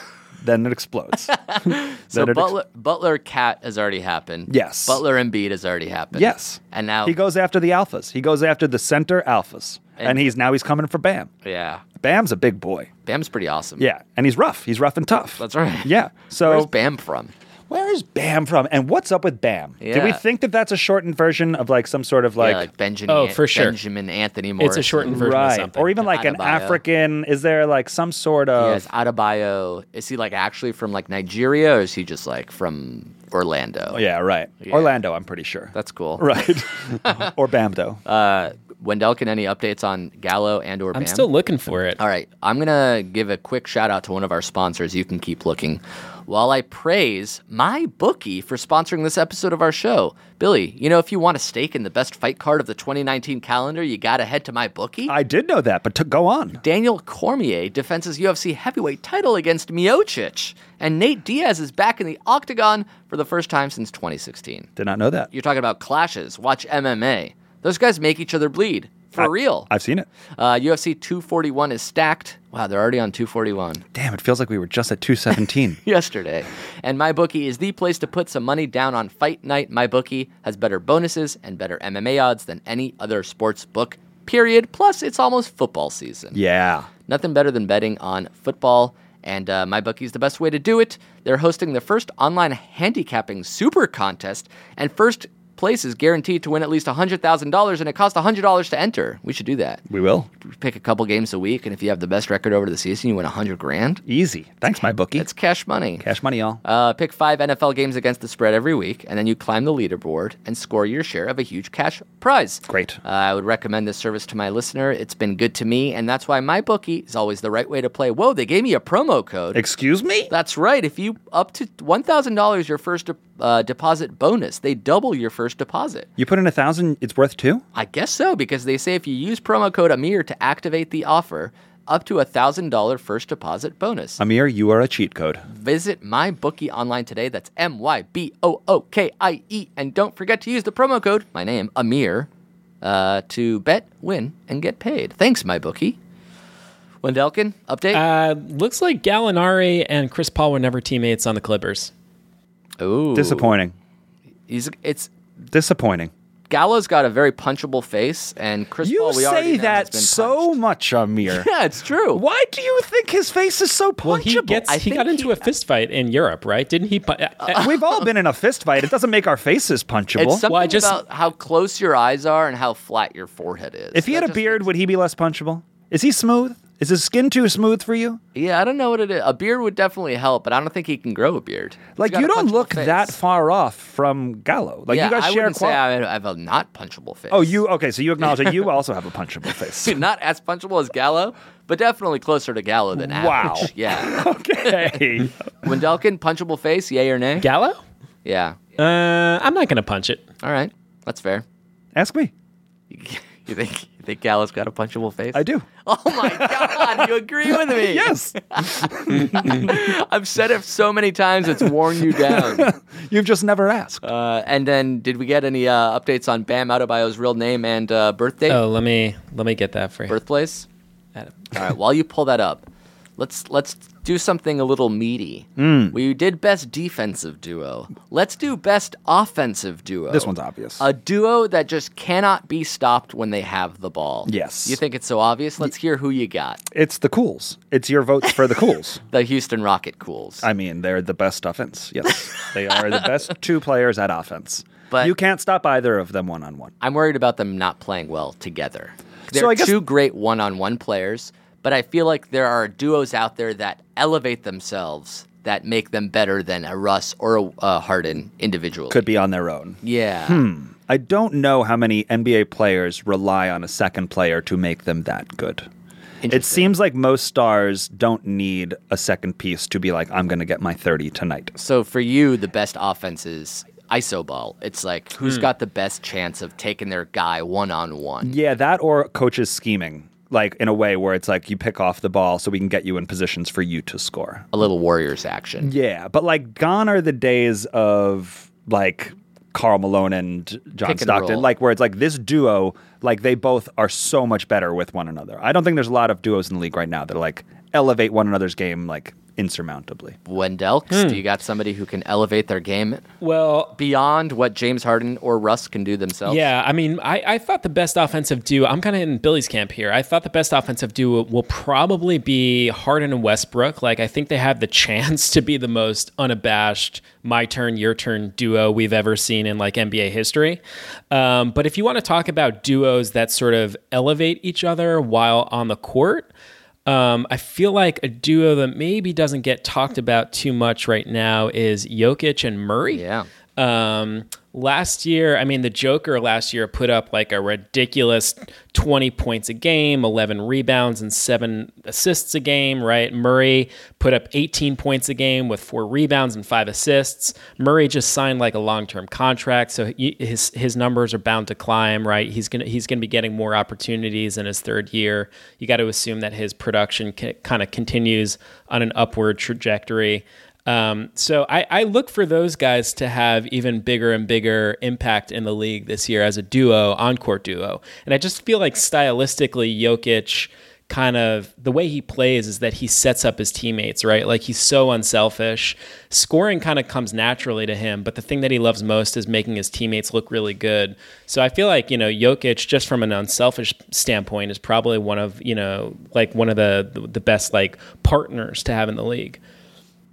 S3: Then it explodes. Then
S1: So
S3: it ex-
S1: Butler, Butler Cat has already happened.
S3: Yes.
S1: Butler Embiid has already happened.
S3: Yes.
S1: And now
S3: he goes after the alphas. He goes after the center alphas.
S1: And-
S3: and he's now he's coming for Bam.
S1: Yeah.
S3: Bam's a big boy.
S1: Bam's pretty awesome.
S3: Yeah, and he's rough. He's rough and tough.
S1: That's right.
S3: Yeah. So
S1: Where's Bam from?
S3: Where is Bam from? And what's up with Bam? Do we
S1: Yeah.
S3: think that that's a shortened version of like some sort of like,
S1: yeah, like Benjamin.
S4: Oh, for sure.
S1: Benjamin Anthony Morrison.
S4: It's a shortened version of
S3: right,
S4: something.
S3: or even like an
S1: Adebayo.
S3: African? Is there like some sort of?
S1: Yes, Adebayo. Is he like actually from like Nigeria, or is he just like from Orlando?
S3: Oh, yeah, right. Orlando, I'm pretty sure.
S1: That's cool. Uh,
S3: right. or Bamdo.
S1: Wendell, can any updates on Gallo and or Bam?
S4: I'm still looking for it.
S1: All right, I'm gonna give a quick shout out to one of our sponsors. You can keep looking while I praise my bookie for sponsoring this episode of our show. Billy, you know if you want a stake in the best fight card of the 2019 calendar, you gotta head to my bookie.
S3: I did know that, but to go on.
S1: Daniel Cormier defends his UFC heavyweight title against Miocic, and Nate Diaz is back in the octagon for the first time since 2016.
S3: Did not know that.
S1: You're talking about clashes. Watch MMA. Those guys make each other bleed for real.
S3: I've seen it.
S1: Uh, UFC 241 is stacked. Wow, they're already on 241
S3: Damn, it feels like we were just at 217.
S1: yesterday. And MyBookie is the place to put some money down on fight night. MyBookie has better bonuses and better MMA odds than any other sports book, period. Plus, it's almost football season.
S3: yeah.
S1: Nothing better than betting on football. And uh, MyBookie is the best way to do it. They're hosting the first online handicapping super contest, and first place is guaranteed to win at least $100,000, and it costs $100 to enter. We should do that.
S3: We will.
S1: Pick a couple games a week, and if you have the best record over the season, you win 100 grand.
S3: Easy. Thanks, my bookie.
S1: It's cash money.
S3: cash money, y'all.
S1: Uh, pick five NFL games against the spread every week, and then you climb the leaderboard and score your share of a huge cash prize.
S3: Great.
S1: Uh, I would recommend this service to my listener. It's been good to me, and that's why my bookie is always the right way to play. Whoa, they gave me a promo code.
S3: Excuse me?
S1: that's right. If you up to one thousand dollars, your first de- uh, deposit bonus, they double your first deposit.
S3: You put in a thousand, it's worth two?
S1: I guess so, because they say if you use promo code Amir to activate the offer, up to a thousand dollar first deposit bonus.
S3: Amir, you are a cheat code.
S1: Visit MyBookie online today. That's M Y B O O K I E. And don't forget to use the promo code, my name, Amir, uh, to bet, win, and get paid. Thanks, MyBookie. Wendelkin, update?
S4: Uh, looks like Gallinari and Chris Paul were never teammates on the Clippers.
S1: Ooh.
S3: Disappointing.
S1: He's, it's
S3: Disappointing.
S1: Gallo's got a very punchable face, and Chris
S3: You
S1: Paul, we already know,
S3: say
S1: has
S3: that
S1: been
S3: so
S1: punched.
S3: much, Amir.
S1: Yeah, it's true.
S3: Why do you think his face is so punchable?
S4: Well, he gets
S1: I
S4: he
S1: think
S4: got into
S1: he-
S4: a fist fight in Europe, right? Didn't he? pu- uh, uh,
S3: We've all been in a fist fight. It doesn't make our faces punchable.
S1: It's something
S4: Well, I just-
S1: about how close your eyes are and how flat your forehead is.
S3: if he
S1: That
S3: had a
S1: just-
S3: beard, would he be less punchable? Is he smooth? Is his skin too smooth for you?
S1: yeah, I don't know what it is. A beard would definitely help, but I don't think he can grow a beard. He's
S3: Like
S1: got
S3: you
S1: a
S3: don't
S1: punchable
S3: look
S1: face.
S3: that far off from Gallo. Like
S1: yeah,
S3: you guys
S1: I
S3: share
S1: wouldn't
S3: qual-
S1: say I have a not punchable face.
S3: Oh, you okay? So you acknowledge that you also have a punchable face.
S1: not as punchable as Gallo, but definitely closer to Gallo than
S3: Wow.
S1: average. Yeah.
S3: okay.
S1: Wendelkin, punchable face, yay or nay?
S4: Gallo?
S1: yeah.
S4: Uh, I'm not gonna punch it.
S1: All right. That's fair.
S3: Ask me.
S1: You think you think Gallo's got a punchable face?
S3: I do.
S1: Oh my god, you agree with me.
S3: Yes.
S1: I've said it so many times it's worn you down.
S3: You've just never asked.
S1: Uh, and then did we get any uh, updates on Bam Adebayo's real name and uh, birthday?
S4: Oh, let me let me get that for you.
S1: Birthplace?
S4: Adam.
S1: All right, while you pull that up, Let's let's do something a little meaty.
S3: Mm.
S1: We did best defensive duo. Let's do best offensive duo.
S3: This one's obvious.
S1: A duo that just cannot be stopped when they have the ball.
S3: Yes.
S1: You think it's so obvious? Let's hear who you got.
S3: It's the Cools. It's your votes for the Cools.
S1: The Houston Rocket Cools.
S3: I mean, they're the best offense. Yes, they are the best two players at offense.
S1: But-
S3: you can't stop either of them one on one.
S1: I'm worried about them not playing well together. They're
S3: I guess-
S1: two great one on one players, but I feel like there are duos out there that elevate themselves that make them better than a Russ or a, a Harden individually.
S3: Could Hmm. be on their own.
S1: Yeah.
S3: I don't know how many NBA players rely on a second player to make them that good. It
S1: Interesting.
S3: seems like most stars don't need a second piece to be like, I'm going to get my 30 tonight.
S1: So for you, the best offense is iso ball. It's like who's got the best chance of taking their guy one on one.
S3: Yeah, that or coaches scheming, like in a way where it's like you pick off the ball so we can get you in positions for you to score.
S1: A little Warriors action.
S3: Yeah, but like gone are the days of like Carl Malone and John
S1: Pick and
S3: Stockton,
S1: roll.
S3: like where it's like this duo, like they both are so much better with one another. I don't think there's a lot of duos in the league right now that like elevate one another's game like insurmountably.
S1: Wendell, do you got somebody who can elevate their game
S4: Well,
S1: beyond what James Harden or Russ can do themselves?
S4: Yeah, I mean, I, I thought the best offensive duo. I'm kind of in Billy's camp here. I thought the best offensive duo will probably be Harden and Westbrook. Like, I think they have the chance to be the most unabashed my turn, your turn duo we've ever seen in like NBA history. Um, but if you want to talk about duos that sort of elevate each other while on the court. Um, I feel like a duo that maybe doesn't get talked about too much right now is Jokic and Murray.
S1: Yeah.
S4: Um, last year, I mean, the Joker last year put up like a ridiculous 20 points a game, 11 rebounds, and seven assists a game, right? Murray put up 18 points a game with four rebounds and five assists. Murray just signed like a long term contract, so he, his, his numbers are bound to climb, right? He's going to he's gonna be getting more opportunities in his third year. You got to assume that his production kind of continues on an upward trajectory. Um, so I, I look for those guys to have even bigger and bigger impact in the league this year as a duo, encore duo. And I just feel like stylistically, Jokic kind of the way he plays is that he sets up his teammates, right? Like he's so unselfish. Scoring kind of comes naturally to him, but the thing that he loves most is making his teammates look really good. So I feel like, you know, Jokic just from an unselfish standpoint is probably one of, you know, like one of the the best like partners to have in the league.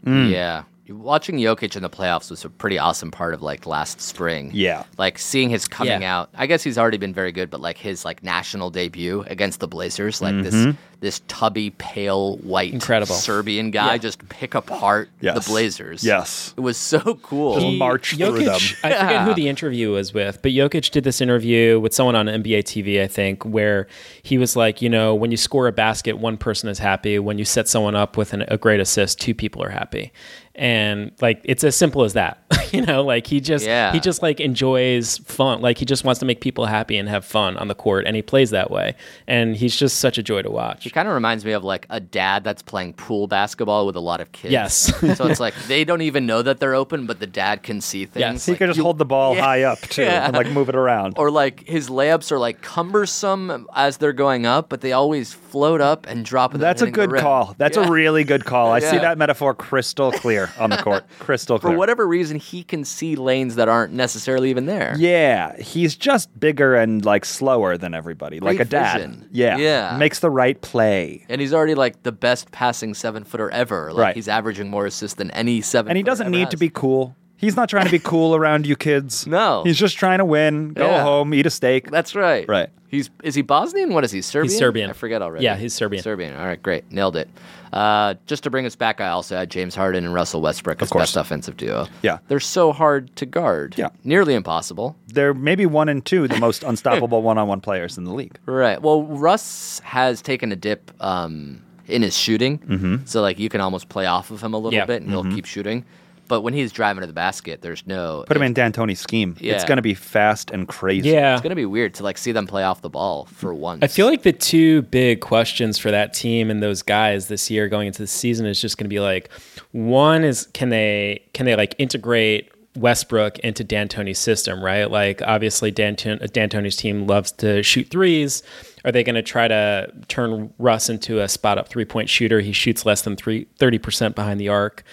S3: Hmm.
S1: Yeah. Watching Jokic in the playoffs was a pretty awesome part of like last spring.
S3: Yeah.
S1: Like seeing his coming
S4: Yeah.
S1: out. I guess he's already been very good, but like his like national debut against the Blazers, like
S3: Mm-hmm.
S1: this this tubby, pale, white
S4: Incredible.
S1: Serbian guy just pick apart
S3: Yes.
S1: the Blazers.
S3: Yes.
S1: It was so cool.
S3: He- march through
S4: Jokic,
S3: them.
S4: I forget who the interview was with, but Jokic did this interview with someone on NBA TV, I think, where he was like, you know, when you score a basket, one person is happy. When you set someone up with an, a great assist, two people are happy. And like it's as simple as that, you know. Like he just
S1: Yeah.
S4: he just like enjoys fun. Like he just wants to make people happy and have fun on the court, and he plays that way. And he's just such a joy to watch.
S1: It kind of reminds me of like a dad that's playing pool basketball with a lot of kids.
S4: Yes.
S1: so it's like they don't even know that they're open, but the dad can see things.
S4: Yes.
S3: He
S1: Like,
S3: could just
S1: you-
S3: hold the ball
S1: Yeah.
S3: high up too
S1: Yeah.
S3: and like move it around.
S1: or like his layups are like cumbersome as they're going up, but they always float up and drop. and then
S3: That's a
S1: hitting the
S3: good
S1: rim.
S3: call. That's
S1: Yeah.
S3: a really good call. I see
S1: Yeah.
S3: that metaphor crystal clear on the court. Crystal
S1: For
S3: clear.
S1: whatever reason, he can see lanes that aren't necessarily even there.
S3: Yeah, he's just bigger and like slower than everybody, like
S1: Great
S3: a dad.
S1: vision.
S3: Yeah,
S1: Yeah.
S3: makes the right play,
S1: And he's already like the best passing seven footer ever. Like
S3: Right.
S1: he's averaging more assists than any seven.
S3: and he doesn't need to be cool. He's not trying to be cool around you kids.
S1: No.
S3: he's just trying to win. Go
S1: Yeah.
S3: home, eat a steak.
S1: That's right.
S3: Right.
S1: He's is he Bosnian? What is he? Serbian.
S4: Serbian.
S1: I forget already.
S4: Yeah, he's Serbian.
S1: Serbian. All right, great, nailed it. Uh, just to bring us back, I also had James Harden and Russell Westbrook as
S3: course.
S1: best offensive duo.
S3: Yeah.
S1: they're so hard to guard.
S3: Yeah.
S1: nearly impossible.
S3: They're maybe one and two the most unstoppable one-on-one players in the league.
S1: Right. Well, Russ has taken a dip um, in his shooting, mm-hmm. so like you can almost play off of him a little
S4: Yeah.
S1: bit, and
S3: Mm-hmm.
S1: he'll keep shooting. But when he's driving to the basket, there's no.
S3: Put him in D'Antoni's scheme. It's
S1: Yeah.
S3: going to be fast and crazy.
S4: Yeah,
S1: It's gonna be weird to like see them play off the ball for once.
S4: I feel like the two big questions for that team and those guys this year going into the season is just going to be like one is can they can they like integrate Westbrook into D'Antoni's system, right? Like obviously D'Anton- D'Antoni's team loves to shoot threes. Are they going to try to turn Russ into a spot up three point shooter? He shoots less than three, 30% behind the arc.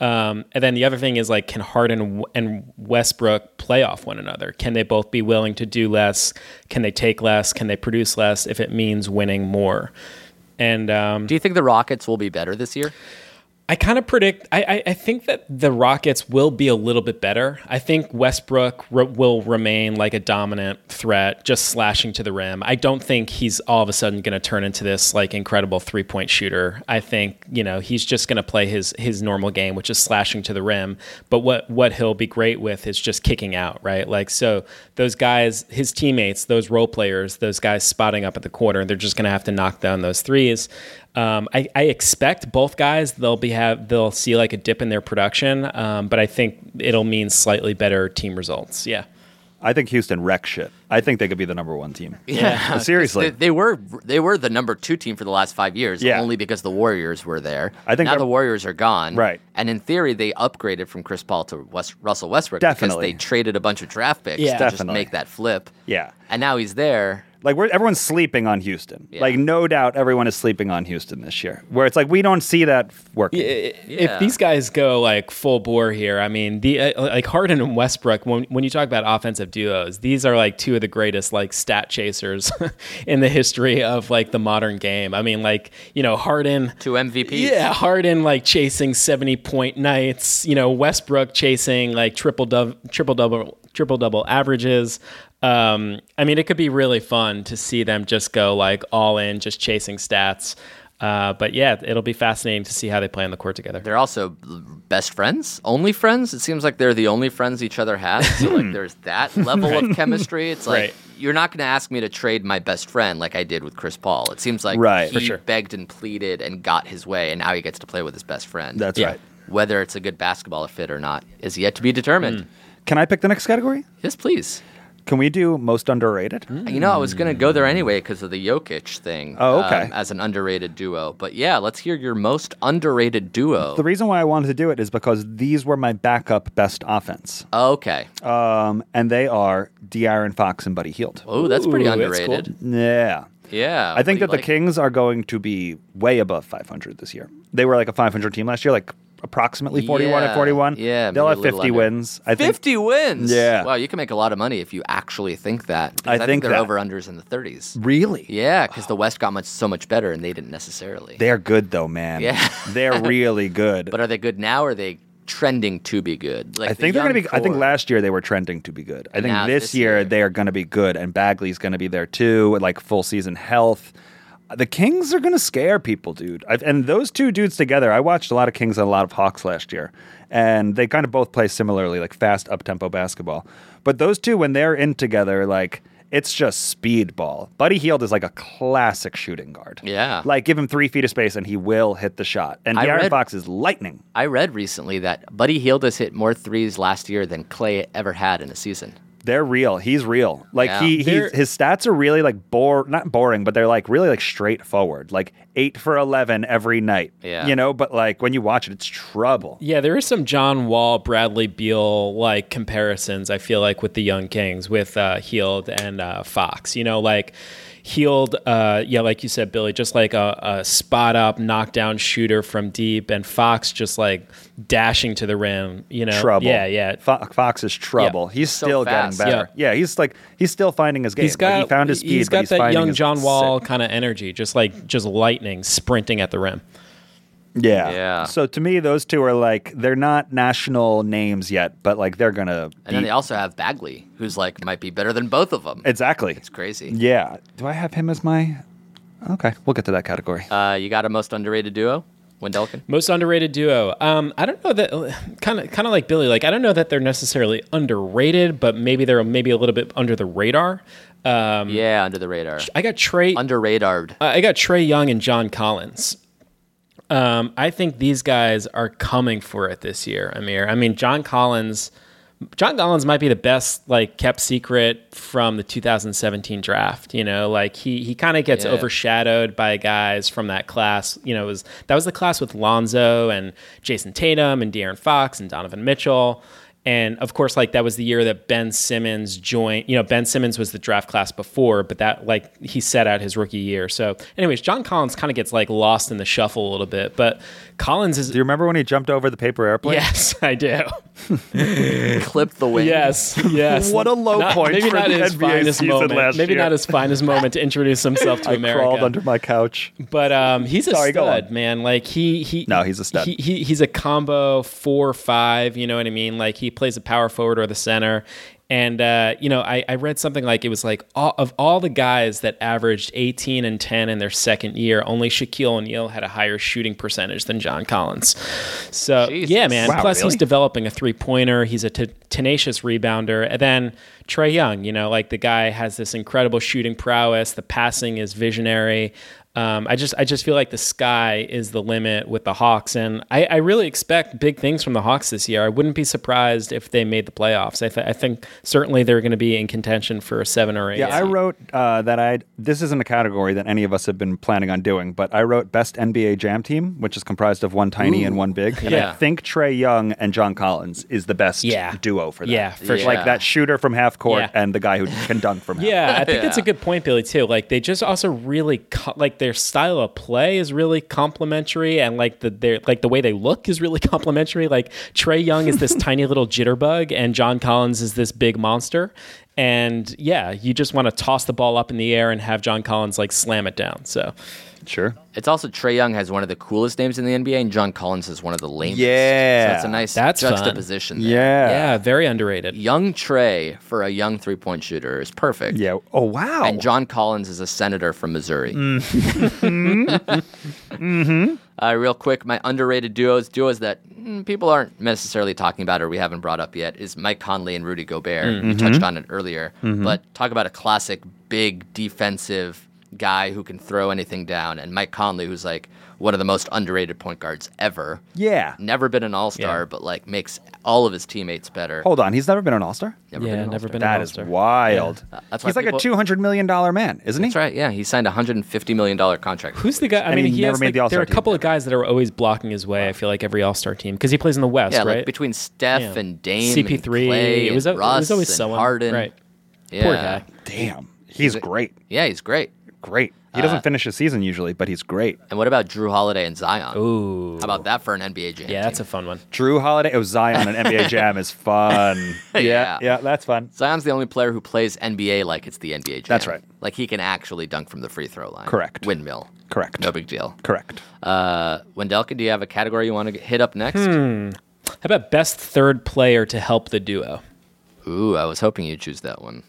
S4: Um, and then the other thing is like, can Harden and Westbrook play off one another? Can they both be willing to do less? Can they take less? Can they produce less if it means winning more? And um,
S1: Do you think the Rockets will be better this year?
S4: I kind of predict. I, I I think that the Rockets will be a little bit better. I think Westbrook re- will remain like a dominant threat, just slashing to the rim. I don't think he's all of a sudden going to turn into this like incredible three point shooter. I think you know he's just going to play his his normal game, which is slashing to the rim. But what what he'll be great with is just kicking out, right? Like so, those guys, his teammates, those role players, those guys spotting up at the corner, they're just going to have to knock down those threes. Um, I, I expect both guys they'll be have they'll see like a dip in their production, um, but I think it'll mean slightly better team results. Yeah,
S3: I think Houston wreck shit. I think they could be the number one team.
S1: Yeah.
S3: seriously.
S1: They, they were they were the number two team for the last five years,
S3: Yeah.
S1: only because the Warriors were there.
S3: I think
S1: now
S3: they're-
S1: the Warriors are gone,
S3: Right.
S1: And in theory, they upgraded from Chris Paul to West, Russell Westbrook
S3: Definitely.
S1: because they traded a bunch of draft picks
S4: Yeah.
S1: to
S3: Definitely.
S1: just make that flip.
S3: Yeah.
S1: and now he's there.
S3: Like we're, everyone's sleeping on Houston.
S1: Yeah.
S3: Like no doubt, everyone is sleeping on Houston this year. Where it's like we don't see that working.
S1: Yeah.
S4: if these guys go like full bore here, I mean the uh, like Harden and Westbrook. When when you talk about offensive duos, these are like two of the greatest like stat chasers in the history of like the modern game. I mean, like you know Harden.
S1: Two MVPs.
S4: Yeah, Harden like chasing seventy point nights. You know Westbrook chasing like triple double, triple double, triple double averages. Um, I mean, it could be really fun to see them just go like all in, just chasing stats. Uh, but yeah, it'll be fascinating to see how they play on the court together.
S1: They're also best friends, only friends. It seems like they're the only friends each other has. So
S3: Hmm.
S1: like, there's that level of chemistry. It's like
S4: Right.
S1: you're not going to ask me to trade my best friend like I did with Chris Paul. It seems like
S3: Right.
S1: he
S3: For sure.
S1: begged and pleaded and got his way, and now he gets to play with his best friend.
S3: That's right.
S1: Whether it's a good basketball fit or not is yet to be determined.
S3: Can I pick the next category?
S1: Yes, please.
S3: Can we do most underrated?
S1: You know, I was going to go there anyway because of the Jokic thing. um,
S3: Oh, okay.
S1: as an underrated duo, but yeah, let's hear your most underrated duo.
S3: The reason why I wanted to do it is because these were my backup best offense,
S1: Okay.
S3: um, and they are De'Aaron Fox and Buddy Hield.
S1: oh, that's pretty
S4: Ooh, that's cool.
S1: underrated.
S3: Yeah.
S1: Yeah.
S3: I think that
S1: what do you
S3: the
S1: like?
S3: Kings are going to be way above 500 this year. They were like a 500 team last year, like approximately 41
S1: Yeah,
S3: at 41.
S1: yeah,
S3: they'll
S1: maybe
S3: have
S1: a little
S3: 50
S1: under.
S3: wins. I think
S1: 50 wins.
S3: Yeah.
S1: Wow, you can make a lot of money if you actually think that. Because
S3: I think
S1: they're
S3: that.
S1: over unders in the 30s.
S3: Really?
S1: Yeah, because the West got much so much better and they didn't necessarily.
S3: They are good though, man.
S1: Yeah.
S3: they're really good.
S1: but are they good now or are they trending to be good? Like
S3: I
S1: the
S3: think they're going to
S1: young
S3: be. I think
S1: core-
S3: last year they were trending to be good. I think
S1: Now
S3: this,
S1: this
S3: year,
S1: year.
S3: they are going to be good, and Bagley's going to be there too, like full season health. The Kings are going to scare people, dude. I've, and those two dudes together, I watched a lot of Kings and a lot of Hawks last year, and they kind of both play similarly, like fast up tempo basketball. But those two, when they're in together, like. It's just speedball. Buddy Heald is like a classic shooting guard.
S1: Yeah.
S3: Like give him three feet of space and he will hit the shot. And
S1: I
S3: De'Aaron
S1: read-
S3: Fox is lightning.
S1: I read recently that Buddy Hield has hit more threes last year than Clay ever had in a season.
S3: They're real. He's real. Like
S1: Yeah.
S3: he, he
S4: They're-
S3: his stats are really like bore not boring, but they're like really like straightforward. Like eight for eleven every night.
S1: Yeah.
S3: You know, but like when you watch it, it's trouble.
S4: Yeah, there is some John Wall, Bradley Beal like comparisons. I feel like with the young Kings, with uh, Heald and uh, Fox. You know, like Heald, uh, yeah, like you said, Billy, just like a, a spot up knockdown shooter from deep, and Fox just like dashing to the rim. You know,
S3: Trouble.
S4: Yeah, yeah.
S3: Fo- Fox is trouble. He's
S1: So
S3: still
S1: fast.
S3: getting better. Yeah. he's like he's still finding his game.
S4: He's got
S3: like, he found his speed.
S4: He's
S3: but
S4: got
S3: he's
S4: that
S3: finding
S4: young
S3: his
S4: John Wall
S3: sick-
S4: kind of energy, just like just lightning sprinting at the rim.
S3: Yeah.
S1: Yeah.
S3: So to me, those two are like they're not national names yet, but like they're gonna.
S1: And then
S3: be-
S1: they also have Bagley, who's like might be better than both of them.
S3: exactly.
S1: It's crazy.
S3: Yeah. Do I have him as my? Okay, we'll get to that category.
S1: Uh, you got a most underrated duo? Wendelkin?
S4: Most underrated duo. Um, I don't know that kind of kind of like Billy. Like I don't know that they're necessarily underrated, but maybe they're maybe a little bit under the radar. Um,
S1: Yeah, under the radar.
S4: I got Trey.
S1: Under radared.
S4: I got Trey Young and John Collins. Um, I think these guys are coming for it this year, Amir. I mean, John Collins. John Collins might be the best like kept secret from the 2017 draft. You know, like he he kind of gets
S1: Yeah.
S4: overshadowed by guys from that class. You know, it was that was the class with Lonzo and Jason Tatum and De'Aaron Fox and Donovan Mitchell. And of course, like that was the year that Ben Simmons joined. You know, Ben Simmons was the draft class before, but that like he set out his rookie year. So, anyways, John Collins kind of gets like lost in the shuffle a little bit, but Collins is.
S3: Do you remember when he jumped over the paper airplane?
S4: Yes, I do.
S1: Clip the wing.
S4: Yes, yes.
S3: What a low
S4: Not-
S3: point
S4: Maybe
S3: for
S4: not
S3: the
S4: his
S3: NBA
S4: finest
S3: season
S4: moment.
S3: last
S4: maybe
S3: year.
S4: not his finest moment to introduce himself to
S3: I
S4: America.
S3: crawled under my couch.
S4: But um, he's a
S3: Sorry, go
S4: stud,
S3: on.
S4: man. Like he he
S3: No, he's a stud.
S4: He, he he's a combo four five. You know what I mean? Like he plays a power forward or the center. And uh, you know, I, I read something like it was like all, of all the guys that averaged 18 and 10 in their second year, only Shaquille O'Neal had a higher shooting percentage than John Collins. So
S1: Jesus.
S4: yeah, man.
S3: Wow,
S4: Plus he's
S3: really?
S4: developing a three pointer. He's a t- tenacious rebounder. And then Trey Young, you know, like the guy has this incredible shooting prowess. The passing is visionary. Um, I just, I just feel like the sky is the limit with the Hawks, and I, I really expect big things from the Hawks this year. I wouldn't be surprised if they made the playoffs. I, th- I think certainly they're going to be in contention for a seven or eight.
S3: Yeah, I
S4: seed.
S3: wrote uh, that I. This isn't a category that any of us have been planning on doing, but I wrote best NBA Jam team, which is comprised of one tiny and one big, and
S4: Yeah.
S3: I think Trey Young and John Collins is the best
S4: Yeah.
S3: duo for that.
S4: Yeah, for
S3: like
S1: sure.
S3: that shooter from half court
S4: Yeah.
S3: and the guy who can dunk from half.
S4: Yeah, I think that's a
S1: Yeah.
S4: good point, Billy. Too. Like they just also really co- like their style of play is really complementary, and like the their like the way they look is really complementary. Like Trey Young is this tiny little jitterbug, and John Collins is this big monster. And yeah, you just want to toss the ball up in the air and have John Collins like slam it down. So
S3: Sure.
S1: It's also Trey Young has one of the coolest names in the NBA, and John Collins is one of the lamest.
S3: Yeah.
S1: so that's a nice
S4: That's fun.
S1: juxtaposition. there.
S3: Yeah.
S4: yeah, very underrated.
S1: young Trey for a young three point shooter is perfect.
S3: Yeah. Oh Mm. wow.
S1: And John Collins is a senator from Missouri. Mm-hmm.
S3: Mm-hmm.
S1: Uh, real quick, my underrated duos, duos that mm, people aren't necessarily talking about or we haven't brought up yet, is Mike Conley and Rudy Gobert.
S3: Mm-hmm.
S1: You touched on it earlier, but talk about a classic big defensive guy who can throw anything down, and Mike Conley, who's like one of the most underrated point guards ever.
S3: yeah.
S1: Never been an all star,
S4: Yeah.
S1: but like makes all of his teammates better.
S3: Hold on, he's never been an All Star.
S1: Never
S4: yeah,
S1: been an
S4: never been.
S3: That
S4: an
S3: is
S4: all-star.
S3: wild.
S1: That's why
S3: he's like
S1: people-
S3: a two hundred million dollar man, isn't
S1: That's
S3: he?
S1: right. Yeah, he signed a hundred and fifty million dollar contract.
S4: Who's the guy? I
S3: And
S4: mean,
S3: he
S4: he,
S3: never
S4: has,
S3: made
S4: like,
S3: the All-Star
S4: There are a
S3: team
S4: couple of guys that are always blocking his way. I feel like every All Star team because he plays in the West,
S1: Yeah,
S4: right?
S1: like between Steph
S4: Yeah.
S1: and Dame,
S4: CP3,
S1: and Clay,
S4: it was
S1: and
S4: al- it was
S1: Russ
S4: always
S1: and
S4: someone,
S1: Harden.
S4: right.
S1: Yeah.
S4: Poor guy.
S3: Damn, he's great.
S1: Yeah, he's great.
S3: Great. He doesn't
S4: Uh,
S3: finish his season usually, but he's great.
S1: And what about Drew Holiday and Zion?
S4: Ooh.
S1: How about that for an NBA jam?
S4: Yeah, that's a
S1: team?
S4: fun one.
S3: Drew Holiday, oh Zion and NBA Jam is fun.
S1: Yeah.
S3: yeah, that's fun.
S1: Zion's the only player who plays NBA like it's the NBA jam.
S3: That's right.
S1: Like he can actually dunk from the free throw line.
S3: Correct.
S1: Windmill.
S3: Correct.
S1: No big deal.
S3: Correct.
S1: Uh, Wendelka, do you have a category you want to hit up next?
S4: Hmm. How about best third player to help the duo?
S1: Ooh, I was hoping you'd choose that one.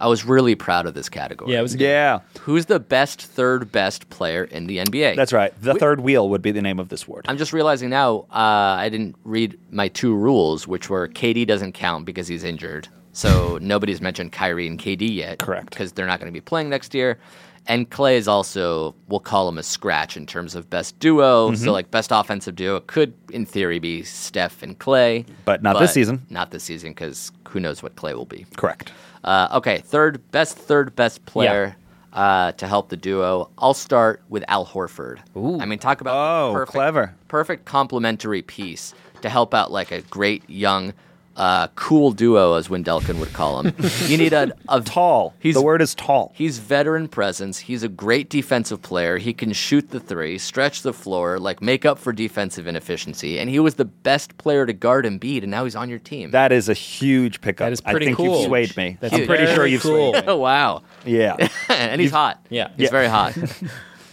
S1: I was really proud of this category.
S4: Yeah, it was. a good-
S3: Yeah,
S1: Who's the best third best player in the NBA?
S3: that's right. The third wheel would be the name of this word.
S1: I'm just realizing now uh, I didn't read my two rules, which were KD doesn't count because he's injured. So nobody's mentioned Kyrie and KD yet.
S3: Correct.
S1: Because they're not going to be playing next year. And Clay is also, we'll call him a scratch in terms of best duo.
S3: Mm-hmm.
S1: So, like, best offensive duo could, in theory, be Steph and Clay.
S3: But not this season.
S1: Not this season because who knows what Clay will be.
S3: Correct.
S1: Uh, okay, third best, third best player uh, to help the duo. I'll start with Al Horford. Ooh. I mean, talk about the
S3: Oh, clever.
S1: perfect complementary piece to help out like a great young, uh, cool duo, as Wendelkin would call him. you need a, a
S3: Tall.
S1: He's
S3: the word is tall.
S1: He's veteran presence. He's a great defensive player. He can shoot the three, stretch the floor, like make up for defensive inefficiency. And he was the best player to guard Embiid, and now he's on your team.
S3: that is a huge pickup.
S4: That is pretty
S3: I think
S4: cool.
S3: you've swayed me.
S4: That's
S3: I'm pretty
S4: very
S3: sure you've
S4: cool.
S3: swayed me.
S1: oh wow.
S3: Yeah.
S1: and he's hot.
S4: Yeah.
S1: he's
S3: Yeah.
S1: very hot.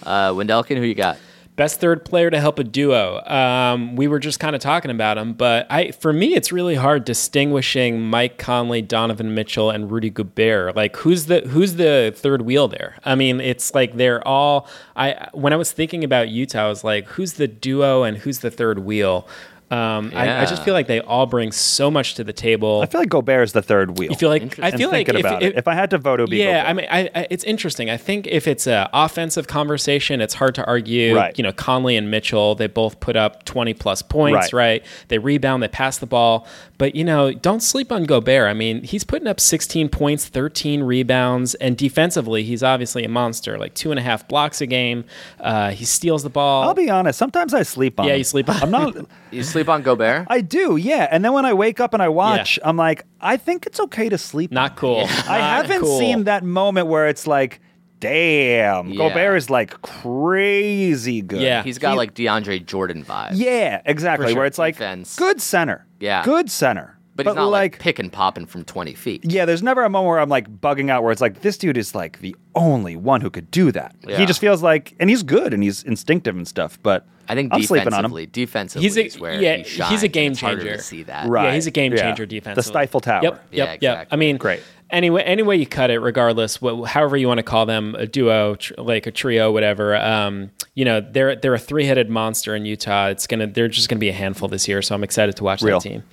S1: uh, Wendelkin, who you got?
S4: Best third player to help a duo. Um, we were just kind of talking about him, but I for me it's really hard distinguishing Mike Conley, Donovan Mitchell, and Rudy Gobert. Like who's the who's the third wheel there? I mean, it's like they're all. I when I was thinking about Utah, I was like, who's the duo and who's the third wheel? Um, I, I
S1: Yeah.
S4: just feel like they all bring so much to the table.
S3: I feel like Gobert is the third wheel.
S4: I feel like I
S3: And
S4: feel like
S3: thinking about it. If I had to vote, it would be
S4: yeah,
S3: Gobert.
S4: I mean, I, I, it's interesting. I think if it's a offensive conversation, it's hard to argue.
S3: Right.
S4: You know, Conley and Mitchell, they both put up twenty plus points,
S3: Right.
S4: right? They rebound, they pass the ball, but you know, don't sleep on Gobert. I mean, he's putting up sixteen points, thirteen rebounds, and defensively, he's obviously a monster. Like two and a half blocks a game. Uh, he steals the ball.
S3: I'll be honest. Sometimes I sleep on.
S4: Yeah,
S3: him.
S4: you sleep on
S3: I'm not.
S1: You sleep on Gobert?
S3: I do, yeah. And then when I wake up and I watch,
S4: Yeah.
S3: I'm like, I think it's okay to sleep.
S4: Not cool.
S3: I
S4: Not
S3: haven't
S4: cool.
S3: seen that moment where it's like, damn,
S1: Yeah.
S3: Gobert is like crazy good.
S4: Yeah.
S1: He's got like DeAndre Jordan vibes.
S3: Yeah, exactly.
S1: sure.
S3: Where it's like
S1: Defense.
S3: good center.
S1: Yeah.
S3: Good center.
S1: But, he's not like, pick and popping from 20 feet.
S3: yeah, there's never a moment where I'm like bugging out where it's like this dude is like the only one who could do that.
S1: Yeah.
S3: He just feels like and he's good and he's instinctive and stuff, but
S1: I think
S3: I'm sleeping on
S1: defensively,
S3: him.
S1: defensively
S4: He's a-
S1: is where
S4: yeah,
S1: he
S4: he's a
S1: shines, and
S4: game
S1: it's harder
S4: changer.
S1: to see that.
S3: Right.
S4: Yeah, he's a game
S3: yeah.
S4: changer
S3: The
S4: defensively.
S3: Stifle Tower.
S4: Yep, yep,
S1: Yeah,
S4: yep. I
S1: exactly.
S4: mean,
S3: Great.
S4: Anyway, any way you cut it, regardless, wh- however you want to call them, a duo, tr- like a trio, whatever. Um, you know, they're they're a three headed monster in Utah. It's gonna they're just gonna be a handful this year. So I'm excited to watch
S3: Real.
S4: that team.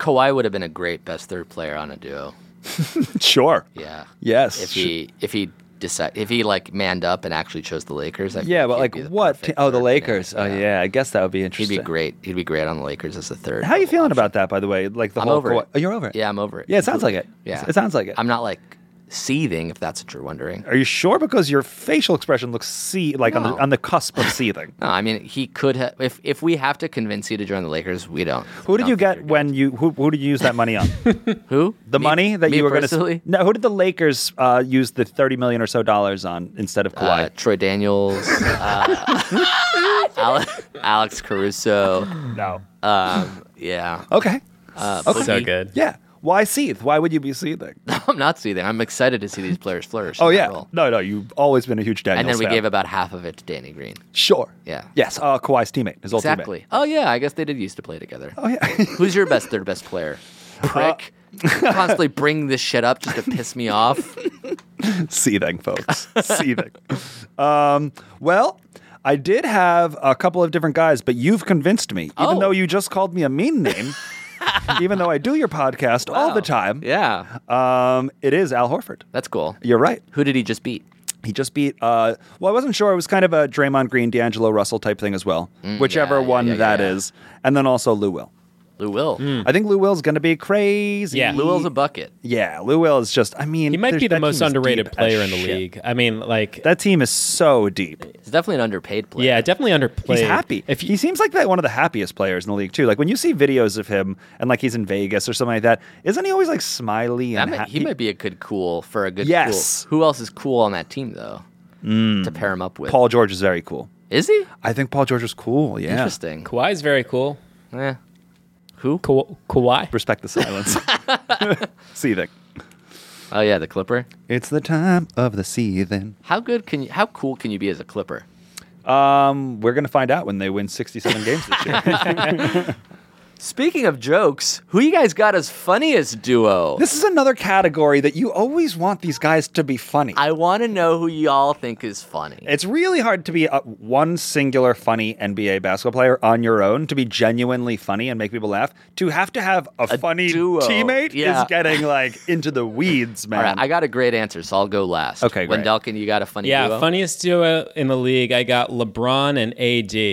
S1: Kawhi would have been a great best third player on a duo.
S3: Sure.
S1: Yeah.
S3: Yes.
S1: If he if he decide if he like manned up and actually chose the Lakers. I
S3: Yeah,
S1: think
S3: but
S1: he'd
S3: like
S1: be the
S3: what?
S1: perfect
S3: oh, the
S1: third man.
S3: Lakers. Oh yeah, I guess that would be
S1: He'd
S3: interesting.
S1: be great. He'd be great on the Lakers as a third.
S3: How are you feeling about that, by the way? Like the
S1: I'm
S3: whole.
S1: over it.
S3: Oh, you're over it.
S1: Yeah, I'm over it.
S3: Yeah, it sounds like it.
S1: Yeah.
S3: it sounds like it.
S1: I'm not like seething, if that's what you're wondering.
S3: Are you sure? Because your facial expression looks see like on,
S1: No.
S3: the, on the cusp of seething.
S1: No, I mean he could have. If if we have to convince you to join the Lakers, we don't.
S3: Who
S1: We
S3: did
S1: don't
S3: you
S1: think
S3: get
S1: you're good.
S3: when you who, who did you use that money on?
S1: who
S3: The
S1: Me-
S3: money that
S1: me
S3: you were going
S1: personally?
S3: to no. Who did the Lakers uh, use the thirty million or so dollars on instead of Kawhi?
S1: Uh, Troy Daniels, uh, Ale- Alex Caruso.
S3: no.
S1: Um, yeah.
S3: Okay.
S1: Uh,
S4: So
S1: Boogie.
S4: good.
S3: Yeah. Why seethe? Why would you be seething?
S1: I'm not seething. I'm excited to see these players flourish.
S3: Oh
S1: in that
S3: yeah.
S1: role.
S3: No, no. You've always been a huge Daniels
S1: And then we
S3: fan.
S1: gave about half of it to Danny Green.
S3: Sure.
S1: Yeah.
S3: Yes. Uh, Kawhi's teammate. His old teammate.
S1: Exactly. Oh yeah, I guess they did used to play together.
S3: Oh yeah. Uh,
S1: Who's your best third best player? Prick. Constantly bring this shit up just to piss me off.
S3: seething, folks. seething. Um, well, I did have a couple of different guys, but you've convinced me, even
S1: Oh.
S3: though you just called me a mean name, even though I do your podcast all the
S1: Wow.
S3: time.
S1: Oh, Yeah,
S3: Um, it is Al Horford.
S1: that's cool.
S3: You're right.
S1: Who did he just beat?
S3: He just beat. Uh, well, I wasn't sure. It was kind of a Draymond Green, D'Angelo Russell type thing as well, whichever
S1: Mm, yeah, yeah,
S3: one that
S1: yeah,
S3: is,
S1: yeah.
S3: and then also Lou Will.
S1: Lou Will.
S3: I think Lou Will's going to be crazy.
S4: Yeah.
S1: Lou Will's a bucket.
S3: yeah. Lou Will is just. I mean,
S4: He might
S3: there's-
S4: be the
S3: that
S4: most
S3: team is
S4: underrated
S3: deep as
S4: player in the
S3: shit.
S4: league. I mean, like,
S3: That team is so deep.
S1: He's definitely an underpaid player.
S4: yeah, definitely underplayed.
S3: He's happy.
S4: If you,
S3: he seems like that one of the happiest players in the league too. Like when you see videos of him and like he's in Vegas or something like that, isn't he always like smiley
S1: That
S3: and
S1: might,
S3: happy?
S1: he might be a good cool for a good
S3: Yes.
S1: cool. Who else is cool on that team though? To pair him up with
S3: Paul George is very cool.
S1: Is he?
S3: I think Paul George is cool. Yeah.
S1: Interesting.
S4: Kawhi's very cool.
S1: Eh.
S4: Ka- Kawhi.
S3: Respect the silence. seething.
S1: Oh yeah, the Clipper.
S3: It's the time of the seething.
S1: How good can you? How cool can you be as a Clipper?
S3: Um, we're gonna find out when they win sixty-seven games this year.
S1: Speaking of jokes, who you guys got as funniest duo?
S3: this is another category that you always want these guys to be funny.
S1: I want to know who y'all think is funny.
S3: It's really hard to be uh one singular funny NBA basketball player on your own to be genuinely funny and make people laugh. To have to have a, funny
S1: duo.
S3: teammate
S1: Yeah.
S3: is getting like into the weeds, man.
S1: All right, I got a great answer, so I'll go last.
S3: Okay, great.
S1: Wendelkin, you got a funny
S4: Yeah,
S1: duo?
S4: funniest duo in the league. I got LeBron and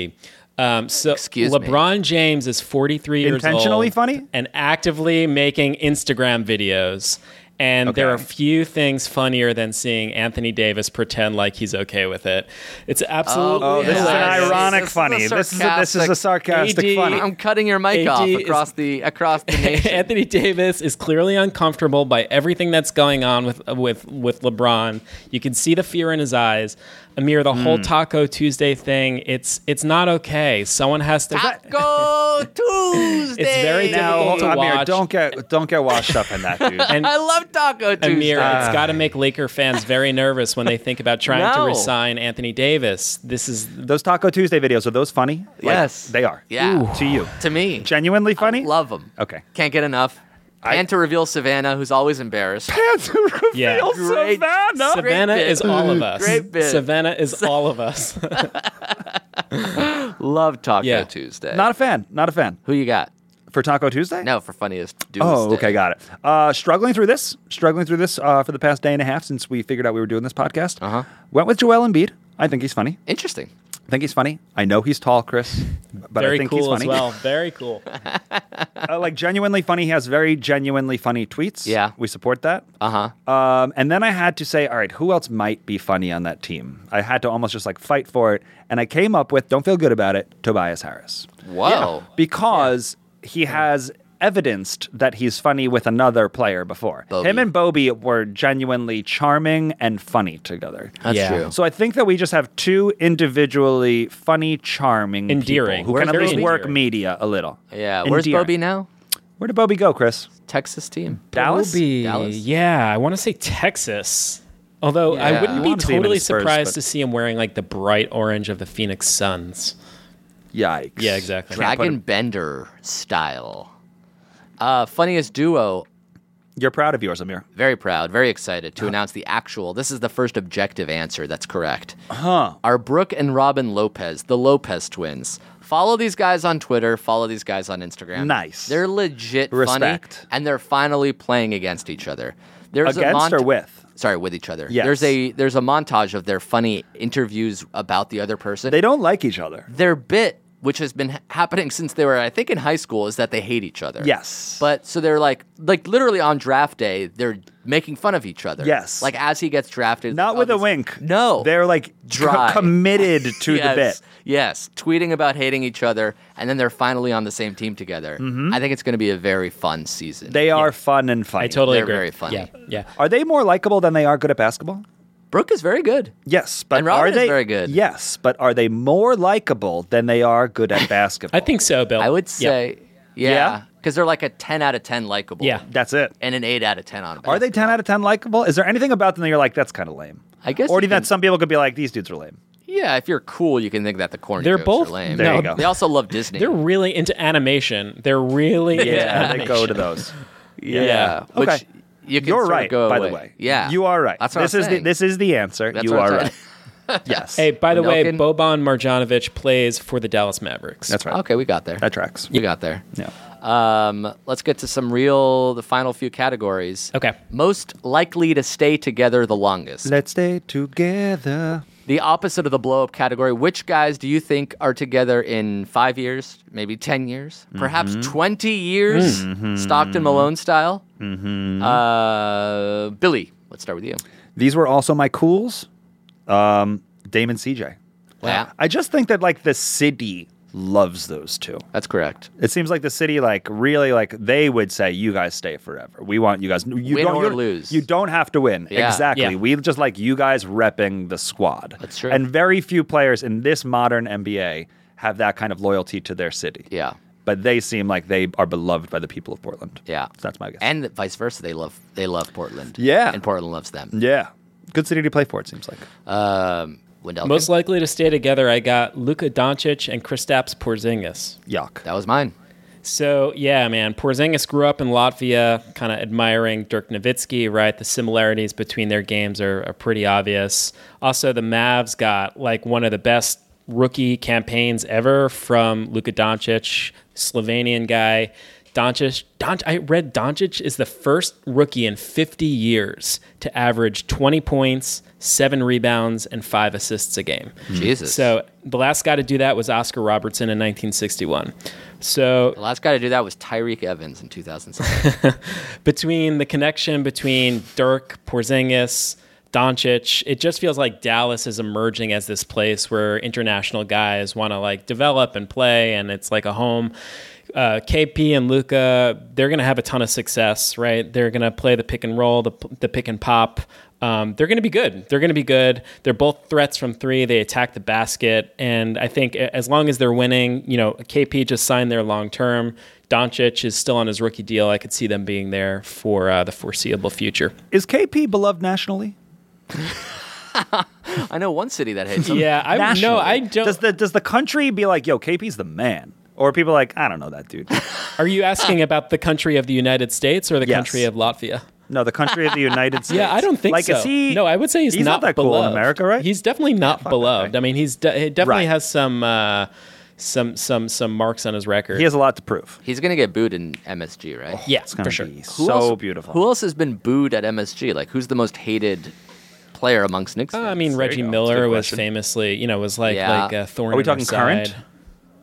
S4: AD. Um, so
S1: Excuse me.
S4: LeBron James is 43 years old,
S3: Intentionally funny?
S4: and actively making Instagram videos. And there are
S3: Okay.
S4: few things funnier than seeing Anthony Davis pretend like he's okay with it. It's absolutely
S3: oh, this is an
S1: Yes.
S4: hilarious.
S3: ironic
S1: This is a
S3: funny. This is a, this is a sarcastic
S4: AD
S3: funny.
S1: I'm cutting your mic
S4: AD
S1: off
S4: is-
S1: across the across the nation.
S4: Anthony Davis is clearly uncomfortable by everything that's going on with with with LeBron. You can see the fear in his eyes. Amir, the
S1: Mm.
S4: whole Taco Tuesday thing, it's it's not okay. Someone has to.
S1: Taco Tuesday.
S4: It's very
S3: now,
S4: difficult to
S3: Amir,
S4: watch.
S3: don't get don't get washed up in that, dude.
S4: And
S1: I love Taco Tuesday.
S4: Amir, it's got to make Laker fans very nervous when they think about trying
S1: No.
S4: to resign Anthony Davis. This is
S3: those Taco Tuesday videos are those funny? Like,
S1: yes,
S3: they are.
S1: Yeah,
S3: to you,
S1: to me,
S3: genuinely funny.
S1: love them.
S3: Okay.
S1: can't get enough. and to reveal Savannah, who's always embarrassed.
S4: yeah.
S1: Great.
S3: Savannah.
S1: Great
S4: Savannah
S1: bit.
S4: is all of us.
S1: Great bit.
S4: Savannah is all of us.
S1: Love Taco
S4: Yeah.
S1: Tuesday.
S3: Not a fan. Not a fan
S1: who you got?
S3: for Taco Tuesday.
S1: No, for funniest. Doomsday.
S3: Oh, okay, got it. Uh, struggling through this, struggling through this uh, for the past day and a half since we figured out we were doing this podcast. Uh-huh. Went with Joel Embiid. I think he's funny.
S1: Interesting.
S3: I think he's funny. I know he's tall, Chris, but I
S4: very
S3: think
S4: cool
S3: he's
S4: as
S3: funny.
S4: well. Very cool.
S3: Uh, like genuinely funny. He has very genuinely funny tweets.
S1: Yeah.
S3: we support that.
S1: Uh huh.
S3: Um, and then I had to say, all right, who else might be funny on that team? I had to almost just like fight for it, and I came up with, don't feel good about it, Tobias Harris.
S1: Whoa.
S3: because
S1: Hmm.
S3: he has evidenced that he's funny with another player before.
S1: Bobby.
S3: Him and Bobby were genuinely charming and funny together.
S1: That's
S4: Yeah.
S1: true.
S3: So I think that we just have two individually funny, charming, people
S4: Endearing.
S3: who can at
S4: Where's
S3: least
S4: Bobby?
S3: work media a little.
S1: yeah. Where's
S3: Endearing.
S1: Bobby now?
S3: Where did Bobby go, Chris?
S1: Texas team.
S3: Dallas.
S4: Kobe.
S1: Dallas?
S4: Yeah, I want to say Texas. Although
S1: Yeah.
S4: I wouldn't
S1: I
S4: be
S3: wanna see him in
S4: totally
S3: Spurs,
S4: surprised
S3: but-
S4: to see him wearing like the bright orange of the Phoenix Suns.
S3: Yikes.
S4: Yeah, exactly.
S1: Dragon Bender style. Uh, funniest duo.
S3: You're proud of yours, Amir.
S1: Very proud, very excited to announce the actual. This is the first objective answer that's correct. Huh. Are Brooke and Robin Lopez, the Lopez twins? Follow these guys on Twitter, follow these guys on Instagram.
S3: Nice.
S1: They're legit
S3: Respect.
S1: funny. And they're finally playing against each other. There's a
S3: Against
S1: mont-
S3: or with?
S1: Sorry, with each other.
S3: Yes.
S1: There's a there's a montage of their funny interviews about the other person.
S3: They don't like each other.
S1: their bit, which has been ha- happening since they were, I think, in high school, is that they hate each other.
S3: Yes.
S1: But so they're like, like literally on draft day, they're making fun of each other.
S3: Yes.
S1: Like as he gets drafted.
S3: Not
S1: like,
S3: with
S1: oh,
S3: a
S1: this-
S3: wink.
S1: No.
S3: They're like co-
S1: Dry.
S3: committed to
S1: yes,
S3: the bit.
S1: Yes. Tweeting about hating each other, and then they're finally on the same team together. I think it's going to be a very fun season.
S3: Mm-hmm. They are fun and funny.
S4: I totally
S1: They're
S4: agree.
S1: very funny.
S4: Yeah, yeah.
S3: Are they more likable than they are good at basketball?
S1: Brooke is very good.
S3: Yes, but
S1: And Robin
S3: are
S1: is
S3: they
S1: very good.
S3: Yes, but are they more likable than they are good at basketball?
S4: I think so, Bill.
S1: I would
S4: Yeah.
S1: say,
S3: Yeah?
S1: yeah, because they're like a ten out of ten likable.
S4: Yeah.
S3: that's it.
S1: And an eight out of ten on.
S3: Are they ten out of ten likable? Is there anything about them that you're like, that's kind of lame?
S1: I guess
S3: or
S1: you
S3: do you think
S1: can-
S3: that some people could be like, these dudes are lame?
S1: Yeah, if you're cool, you can think that the corny
S4: They're
S1: jokes
S4: both-
S1: are lame.
S3: There you No, go.
S1: They also love Disney.
S4: They're really into animation. They're really into
S3: Yeah, they
S4: animation.
S3: go to those.
S1: yeah.
S3: Okay.
S1: Which you can
S3: You're
S1: sort of
S3: right,
S1: go
S3: by
S1: away.
S3: the way.
S1: Yeah,
S3: you are right.
S1: That's what
S3: this
S1: I'm
S3: is
S1: saying.
S3: the, this is the answer.
S1: That's
S3: you
S1: what
S3: are
S1: I'm
S3: right.
S1: saying.
S3: yes.
S4: Hey, by the way,
S1: Milken?
S4: Boban Marjanovic plays for the Dallas Mavericks.
S3: that's right.
S1: okay, we got there.
S3: That tracks.
S1: You got there.
S3: Yeah.
S1: Um, let's get to some real, the final few categories.
S4: Okay.
S1: Most likely to stay together the longest.
S3: Let's stay together.
S1: the opposite of the blow up category. Which guys do you think are together in five years, maybe 10 years,
S3: Mm-hmm.
S1: perhaps 20 years, Stockton Malone style?
S3: Mm-hmm.
S1: Uh, Billy, let's start with you.
S3: These were also my cools. Um, Damon CJ.
S1: Yeah,
S3: Uh, I just think that like the city loves those two.
S1: that's correct.
S3: It seems like the city, like really, like they would say, "You guys stay forever. We want you guys. You
S1: Win
S3: don't
S1: or
S3: you,
S1: lose."
S3: You don't have to win.
S1: Yeah.
S3: Exactly.
S4: Yeah.
S3: We just like you guys repping the squad.
S1: That's true.
S3: And very few players in this modern NBA have that kind of loyalty to their city.
S1: Yeah.
S3: But they seem like they are beloved by the people of Portland.
S1: Yeah.
S3: So that's my guess.
S1: And vice versa, they love they love Portland.
S3: Yeah.
S1: and Portland loves them.
S3: yeah, good city to play for. It seems like.
S1: Um, Wendell,
S4: Most likely to stay together, I got Luka Doncic and Kristaps Porzingis.
S3: Yuck.
S1: that was mine.
S4: So yeah, man, Porzingis grew up in Latvia, kind of admiring Dirk Nowitzki, right? The similarities between their games are, are pretty obvious. Also, the Mavs got like one of the best rookie campaigns ever from Luka Doncic, Slovenian guy. Doncic, Don, I read Doncic is the first rookie in 50 years to average 20 points, seven rebounds, and five assists a game.
S1: Jesus.
S4: So the last guy to do that was Oscar Robertson in 1961. So
S1: The last guy to do that was Tyreek Evans in 2007.
S4: between the connection between Dirk, Porzingis, Doncic, it just feels like Dallas is emerging as this place where international guys want to like develop and play, and it's like a home. Uh, KP and Luca, they're going to have a ton of success, right? They're going to play the pick and roll, the, the pick and pop. Um, they're going to be good. They're going to be good. They're both threats from three. They attack the basket, and I think a- as long as they're winning, you know, KP just signed their long term. Doncic is still on his rookie deal. I could see them being there for uh, the foreseeable future.
S3: Is KP beloved nationally?
S1: I know one city that hates him.
S4: Yeah, I no,
S3: Nationally.
S4: I don't.
S3: Does the does the country be like, yo, KP's the man? Or are people like, I don't know that dude.
S4: are you asking about the country of the United States or the
S3: Ah. Yes.
S4: country of Latvia?
S3: No, the country of the United States.
S4: Yeah, I don't think
S3: like,
S4: so.
S3: Is he,
S4: no, I would say he's,
S3: he's not, that
S4: beloved.
S3: cool in America, right?
S4: He's definitely not beloved.
S3: guy.
S4: I mean, he's de- he definitely
S3: Right.
S4: has some uh, some some some marks on his record.
S3: he has a lot to prove.
S1: He's gonna get booed in MSG, right?
S4: yeah,
S3: It's gonna
S4: for sure.
S3: be
S1: Oh, Who
S3: so
S1: else-
S3: beautiful.
S1: Who else has been booed at MSG? Like, who's the most hated player amongst Knicks?
S4: Uh, I
S1: fans?
S4: mean, Reggie
S3: go. That's a
S4: Miller
S3: good
S4: was
S3: question.
S4: famously, you know, was like
S1: Yeah.
S4: like a thorn.
S3: Are we
S4: in our
S3: talking current?
S4: side.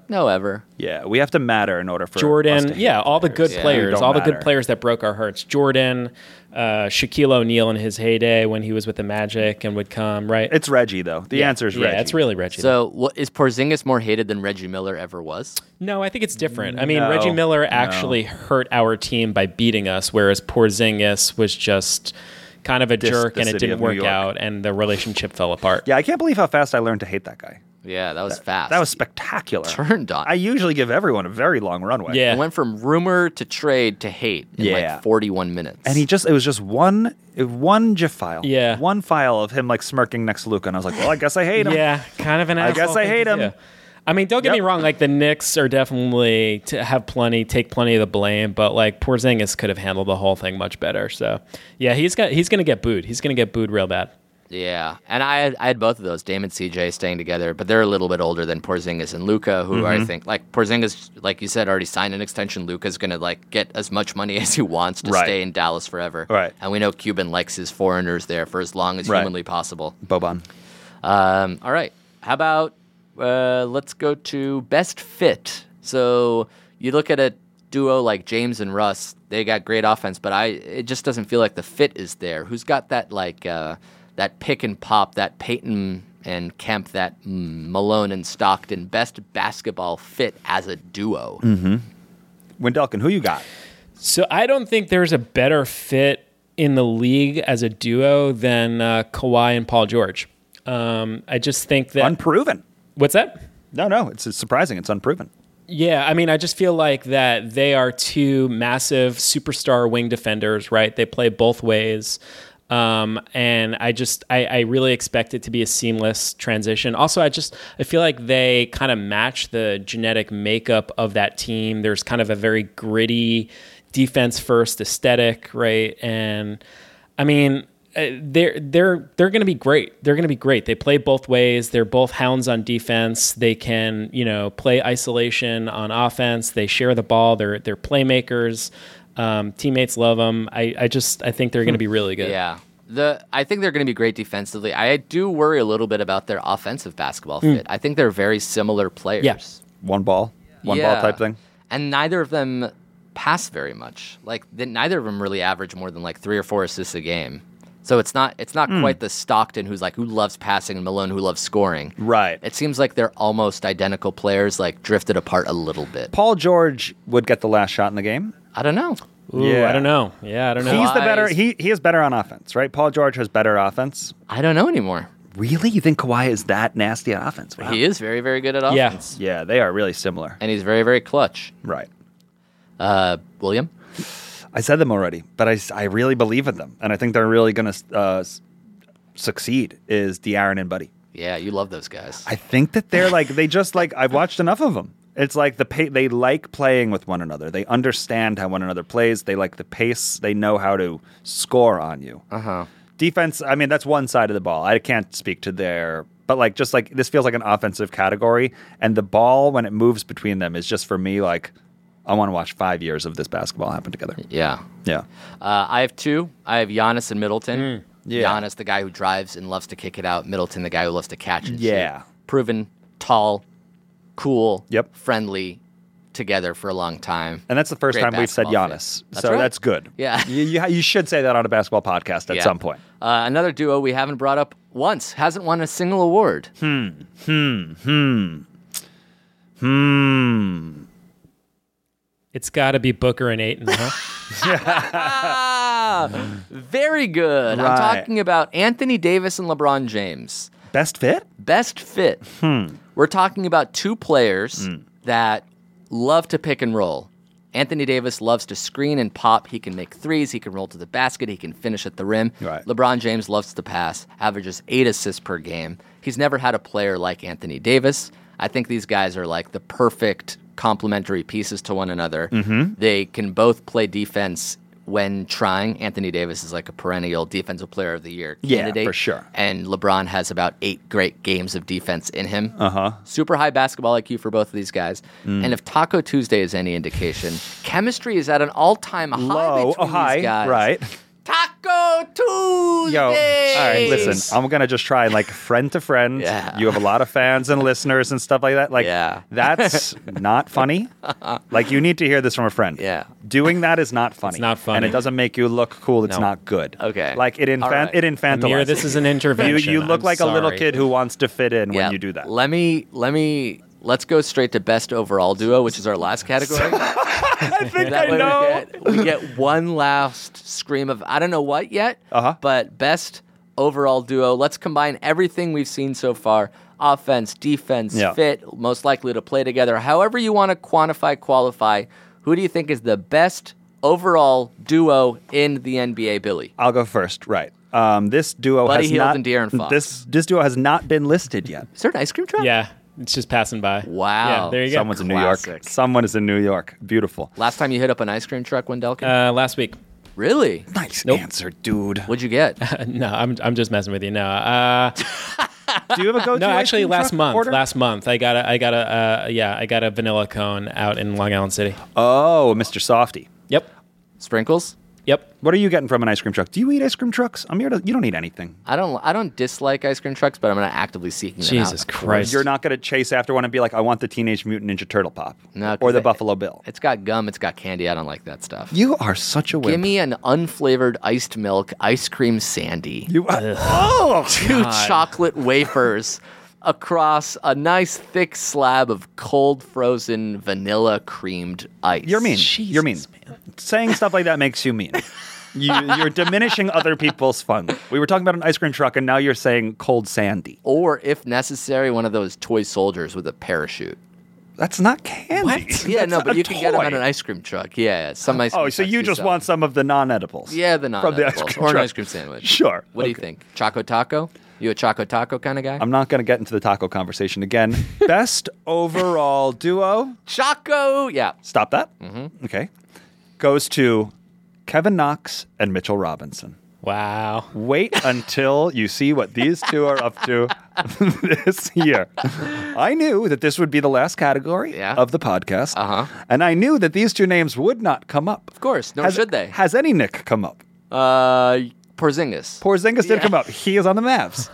S1: No, ever.
S3: Yeah, we have to matter in order for us to
S4: Jordan,
S3: hate
S4: yeah, all the good
S1: Yeah.
S4: players,
S3: Don't
S4: all the
S3: matter.
S4: good players that broke our hearts. Jordan, uh, Shaquille O'Neal in his heyday when he was with the Magic and would come right.
S3: It's Reggie though. The answer is
S4: yeah,
S3: Reggie.
S4: it's really Reggie.
S1: So, what is Porzingis more hated than Reggie Miller ever was?
S4: no, I think it's different. I mean,
S3: No,
S4: Reggie Miller
S3: no.
S4: actually hurt our team by beating us, whereas Porzingis was just kind of a
S3: Dissed
S4: jerk
S3: the
S4: and
S3: city
S4: it
S3: of
S4: didn't
S3: New
S4: work
S3: York.
S4: out, and the relationship fell apart.
S3: Yeah, I can't believe how fast I learned to hate that guy.
S1: Yeah, that was fast.
S3: That was spectacular.
S1: turned on.
S3: I usually give everyone a very long runway.
S4: Yeah.
S1: It went from rumor to trade to hate in
S3: Yeah.
S1: like 41 minutes.
S3: And he just it was just one one GIF file.
S4: Yeah.
S3: One file of him like smirking next to Luca and I was like, Well, I guess I hate him.
S4: Yeah, kind of an.
S3: I guess
S4: asshole
S3: I
S4: thing
S3: hate
S4: to
S3: him.
S4: do. I mean, don't get me
S3: Yep.
S4: wrong. Like the Knicks are definitely to have plenty, take plenty of the blame, but like Porzingis could have handled the whole thing much better. So, yeah, he's got he's gonna get booed. He's gonna get booed real bad.
S1: yeah. And I had, I had both of those, Dame and CJ staying together, but they're a little bit older than Porzingis and Luca, who
S3: Mm-hmm.
S1: I think, like Porzingis, like you said, already signed an extension. Luca's going to like get as much money as he wants to
S3: Right.
S1: stay in Dallas forever.
S3: Right.
S1: And we know Cuban likes his foreigners there for as long as
S3: Right.
S1: humanly possible.
S3: Boban.
S1: Um, all right. How about uh, let's go to best fit. So you look at a duo like James and Russ. They got great offense, but I it just doesn't feel like the fit is there. Who's got that like uh, that pick and pop, that Peyton and Kemp, that mm, Malone and Stockton best basketball fit as a duo?
S3: Wendelkin, who you got?
S4: So I don't think there's a better fit in the league as a duo than uh, Kawhi and Paul George. Um, I just think that
S3: Unproven.
S4: what's that?
S3: No, no, it's, it's surprising. It's unproven.
S4: Yeah, I mean, I just feel like that they are two massive superstar wing defenders, right? They play both ways. Um, and I just, I, I really expect it to be a seamless transition. Also, I just, I feel like they kind of match the genetic makeup of that team. There's kind of a very gritty defense first aesthetic, right? And I mean, uh, they're they're they're going to be great. They're going to be great. They play both ways. They're both hounds on defense. They can you know play isolation on offense. They share the ball. They're they're playmakers. Um, teammates love them. I, I just I think they're going to be really good.
S1: Yeah. The I think they're going to be great defensively. I do worry a little bit about their offensive basketball fit. I think they're very similar players.
S4: Yeah.
S3: One ball. One
S1: Yeah.
S3: ball type thing.
S1: And neither of them pass very much. Like th- neither of them really average more than like three or four assists a game. So it's not it's not
S3: Hmm.
S1: quite the Stockton who's like who loves passing and Malone who loves scoring.
S3: Right.
S1: It seems like they're almost identical players, like drifted apart a little bit.
S3: Paul George would get the last shot in the game.
S1: I don't know.
S4: Ooh,
S3: Yeah.
S4: I don't know. Yeah, I don't know.
S3: He's the better
S1: Kawhi's-
S3: he he is better on offense, right? Paul George has better offense.
S1: I don't know anymore.
S3: Really? You think Kawhi is that nasty at offense? Wow.
S1: He is very very good at
S4: Yeah.
S1: offense,
S3: Yeah, they are really similar.
S1: and he's very very clutch.
S3: Right.
S1: Uh, William.
S3: I said them already, but I, s- I really believe in them, and I think they're really going to uh, s- succeed. Is De'Aaron and Buddy?
S1: Yeah, you love those guys.
S3: I think that they're like they just like I've watched enough of them. It's like the pa- they like playing with one another. They understand how one another plays. They like the pace. They know how to score on you. Uh huh. Defense. I mean, that's one side of the ball. I can't speak to their, but like just like this feels like an offensive category, and the ball when it moves between them is just for me like I want to watch five years of this basketball happen together.
S1: yeah.
S3: Yeah.
S1: Uh, I have two. I have Giannis and Middleton.
S3: Hmm, yeah.
S1: Giannis, the guy who drives and loves to kick it out. Middleton, the guy who loves to catch and
S3: Yeah.
S1: shoot. Proven, tall, cool,
S3: Yep.
S1: friendly, together for a long time.
S3: And that's the first
S1: Great
S3: time we've said
S1: basketball fit.
S3: Giannis.
S1: That's
S3: so
S1: right.
S3: that's good.
S1: Yeah.
S3: You, you, you should say that on a basketball podcast at
S1: Yeah.
S3: some point.
S1: Uh, another duo we haven't brought up once hasn't won a single award.
S3: Hmm.
S4: it's got to be Booker and Aiton. Huh?
S1: Very good. I'm
S3: Right.
S1: talking about Anthony Davis and LeBron James.
S3: Best fit?
S1: best fit. We're talking about two players that love to pick and roll. Anthony Davis loves to screen and pop. He can make threes. He can roll to the basket. He can finish at the rim.
S3: Right.
S1: LeBron James loves to pass, averages eight assists per game. He's never had a player like Anthony Davis. I think these guys are like the perfect complementary pieces to one another. They can both play defense when trying. Anthony Davis is like a perennial defensive player of the year
S3: Yeah,
S1: candidate,
S3: for sure.
S1: And LeBron has about eight great games of defense in him. Uh
S3: Uh-huh.
S1: huh. Super high basketball IQ for both of these guys.
S3: Mm.
S1: And if Taco Tuesday is any indication, chemistry is at an all time high
S3: Low.
S1: between
S3: Oh, high.
S1: these guys.
S3: Right.
S1: Taco Taco Tuesday.
S3: Yo, all right, listen, I'm gonna just try and like friend to friend.
S1: Yeah.
S3: You have a lot of fans and listeners and stuff like that. Like
S1: Yeah.
S3: that's not funny. Like you need to hear this from a friend.
S1: Yeah.
S3: Doing that is not funny.
S4: not
S3: And
S4: funny.
S3: it doesn't make you look cool. It's
S4: No.
S3: not good.
S1: Okay.
S3: Like it
S1: All
S3: infan-
S1: right.
S3: it infantilizes.
S4: Amir, this is an
S3: you,
S4: intervention.
S3: you look
S4: I'm
S3: like a little
S4: sorry.
S3: kid who wants to fit in
S1: Yeah,
S3: when you do that.
S1: Let me let me let's go straight to best overall duo, which is our last category.
S3: I think
S1: That
S3: I
S1: way
S3: know.
S1: We, get, we get one last scream of I don't know what yet,
S3: Uh-huh.
S1: but best overall duo. Let's combine everything we've seen so far offense, defense,
S3: Yeah.
S1: fit, most likely to play together. However, you want to quantify, qualify. Who do you think is the best overall duo in the NBA, Billy?
S3: I'll go first. Right. Um, this duo
S1: Buddy
S3: has
S1: Hield
S3: not
S1: and De'Aaron Fox.
S3: this this duo has not been listed yet.
S1: Is there an ice cream truck?
S4: Yeah, it's just passing by.
S1: Wow.
S4: Yeah, there you go.
S3: Someone's in New York.
S1: Classic.
S3: Someone is in New York. Beautiful.
S1: Last time you hit up an ice cream truck, Wendell? Kim?
S4: uh, last week.
S1: really?
S3: Nice answer, dude.
S1: What'd you get?
S4: No, I'm, I'm just messing with you. No, uh,
S3: Do you have a go-to?
S4: no,
S3: ice
S4: actually,
S3: cream
S4: last
S3: truck
S4: month,
S3: order?
S4: last month, I got a, I got a, uh, yeah, I got a vanilla cone out in Long Island City.
S3: Oh, Mr. Softy.
S4: Yep,
S1: Sprinkles?
S4: yep.
S3: What are you getting from an ice cream truck? Do you eat ice cream trucks? I'm here to. You don't eat anything.
S1: I don't. I don't dislike ice cream trucks, but I'm not actively seeking them out.
S4: Jesus Christ.
S3: You're not going to chase after one and be like, "I want the Teenage Mutant Ninja Turtle pop,"
S1: No, 'cause
S3: or the
S1: they-
S3: Buffalo Bill.
S1: It's got gum. It's got candy. I don't like that stuff.
S3: You are such a wimp.
S1: Give me an unflavored iced milk ice cream sandy.
S3: you are, oh,
S1: Two chocolate wafers across a nice thick slab of cold frozen vanilla creamed ice.
S3: you're mean. you're mean. Saying stuff like that makes you mean. You, you're diminishing other people's fun. We were talking about an ice cream truck, and now you're saying cold sandy.
S1: Or if necessary, one of those toy soldiers with a parachute.
S3: That's not candy.
S1: Yeah,
S3: That's
S1: no, but
S3: a
S1: you can get them at
S3: toy.
S1: an ice cream truck. Yeah, yeah, some ice.
S3: Oh,
S1: cream
S3: so
S1: trucks
S3: you
S1: do
S3: just
S1: sell
S3: want
S1: them.
S3: some of the non-edibles?
S1: Yeah, the non
S3: from the ice cream
S1: or an
S3: truck.
S1: ice cream sandwich.
S3: Sure.
S1: What do you think? Choco taco? You a choco taco kind of guy?
S3: I'm not going to get into the taco conversation again. Best overall duo.
S1: choco. Yeah.
S3: Stop that. Mm-hmm. Okay. Goes to Kevin Knox and Mitchell Robinson.
S4: Wow.
S3: Wait until you see what these two are up to this year. I knew that this would be the last category
S1: Yeah.
S3: of the podcast.
S1: Uh-huh.
S3: And I knew that these two names would not come up. Of
S1: course, nor should they.
S3: Has any Nick come up?
S1: Uh, Porzingis.
S3: Porzingis did come up. He is on the Mavs.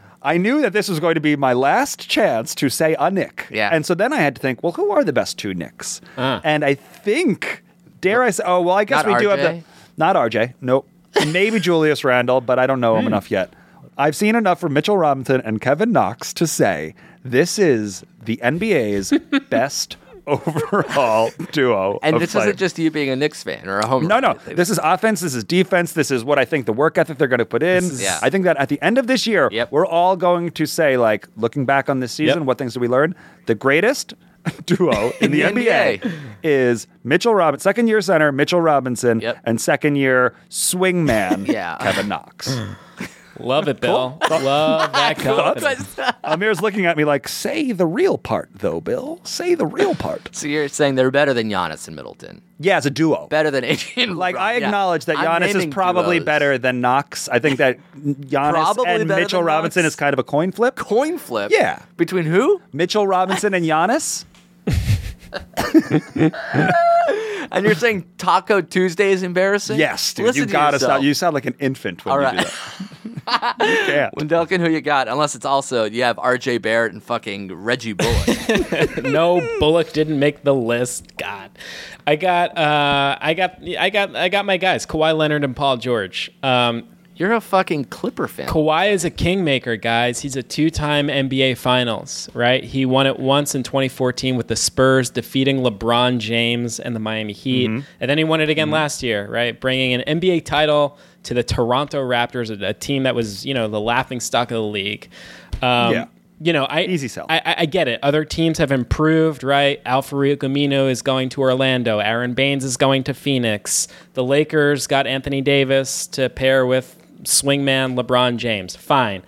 S3: I knew that this was going to be my last chance to say a Nick.
S1: Yeah. Uh.
S3: And so then I had to think, well, who are the best two Knicks? And I think, dare I say, oh, well, I guess
S1: Not
S3: we do have
S1: RJ?
S3: the. Not RJ. Nope. Maybe Julius Randle, but I don't know
S1: Hmm.
S3: him enough yet. I've seen enough from Mitchell Robinson and Kevin Knox to say this is the NBA's best overall duo.
S1: and
S3: of
S1: this
S3: players.
S1: isn't just you being a Knicks fan or a homer.
S3: Oh, No, no. This is offense. This is defense. This is what I think the work ethic they're going to put in.
S1: Yeah.
S3: I think that at the end of this year,
S1: Yep.
S3: we're all going to say, like, looking back on this season,
S4: Yep.
S3: what things did we learn? The greatest duo in the,
S1: the
S3: NBA,
S1: NBA.
S3: is Mitchell Robinson, second year center Mitchell Robinson,
S1: Yep.
S3: and second year swingman
S1: Yeah.
S3: Kevin Knox.
S4: Love it, Bill. Love that company.
S3: Amir's looking at me like, say the real part, though, Bill. Say the real part.
S1: So you're saying they're better than Giannis and Middleton,
S3: Yeah, as a duo.
S1: better than Adrian.
S3: Like
S1: LeBron.
S3: I
S1: Yeah.
S3: acknowledge that
S1: I'm
S3: Giannis is
S1: naming
S3: probably
S1: duos.
S3: better than Knox. I think that Giannis
S1: Probably
S3: and
S1: better
S3: Mitchell
S1: than
S3: Robinson
S1: Knox?
S3: is kind of a coin flip.
S1: Coin flip.
S3: Yeah.
S1: Between who?
S3: Mitchell Robinson and Giannis.
S1: And you're saying Taco Tuesday is embarrassing?
S3: Yes, dude,
S1: Listen
S3: you gotta
S1: yourself.
S3: stop. You sound like an infant when
S1: All
S3: you
S1: right.
S3: do that. you can't.
S1: Wendelkin, who you got? Unless it's also you have R.J. Barrett and fucking Reggie Bullock.
S4: no, Bullock didn't make the list. God, I got, uh, I got, I got, I got my guys: Kawhi Leonard and Paul George. Um,
S1: you're a fucking Clipper fan.
S4: Kawhi is a kingmaker, guys. He's a two-time NBA Finals, right? He won it once in 2014 with the Spurs, defeating LeBron James and the Miami Heat,
S3: Mm-hmm.
S4: and then he won it again last year, right? Bringing an NBA title to the Toronto Raptors, a, a team that was, you know, the laughing stock of the league. Um,
S3: Yeah.
S4: You know, I
S3: Easy sell.
S4: I, I, I get it. Other teams have improved, right? Alfredo Camino is going to Orlando. Aaron Baines is going to Phoenix. The Lakers got Anthony Davis to pair with swingman LeBron James. Fine.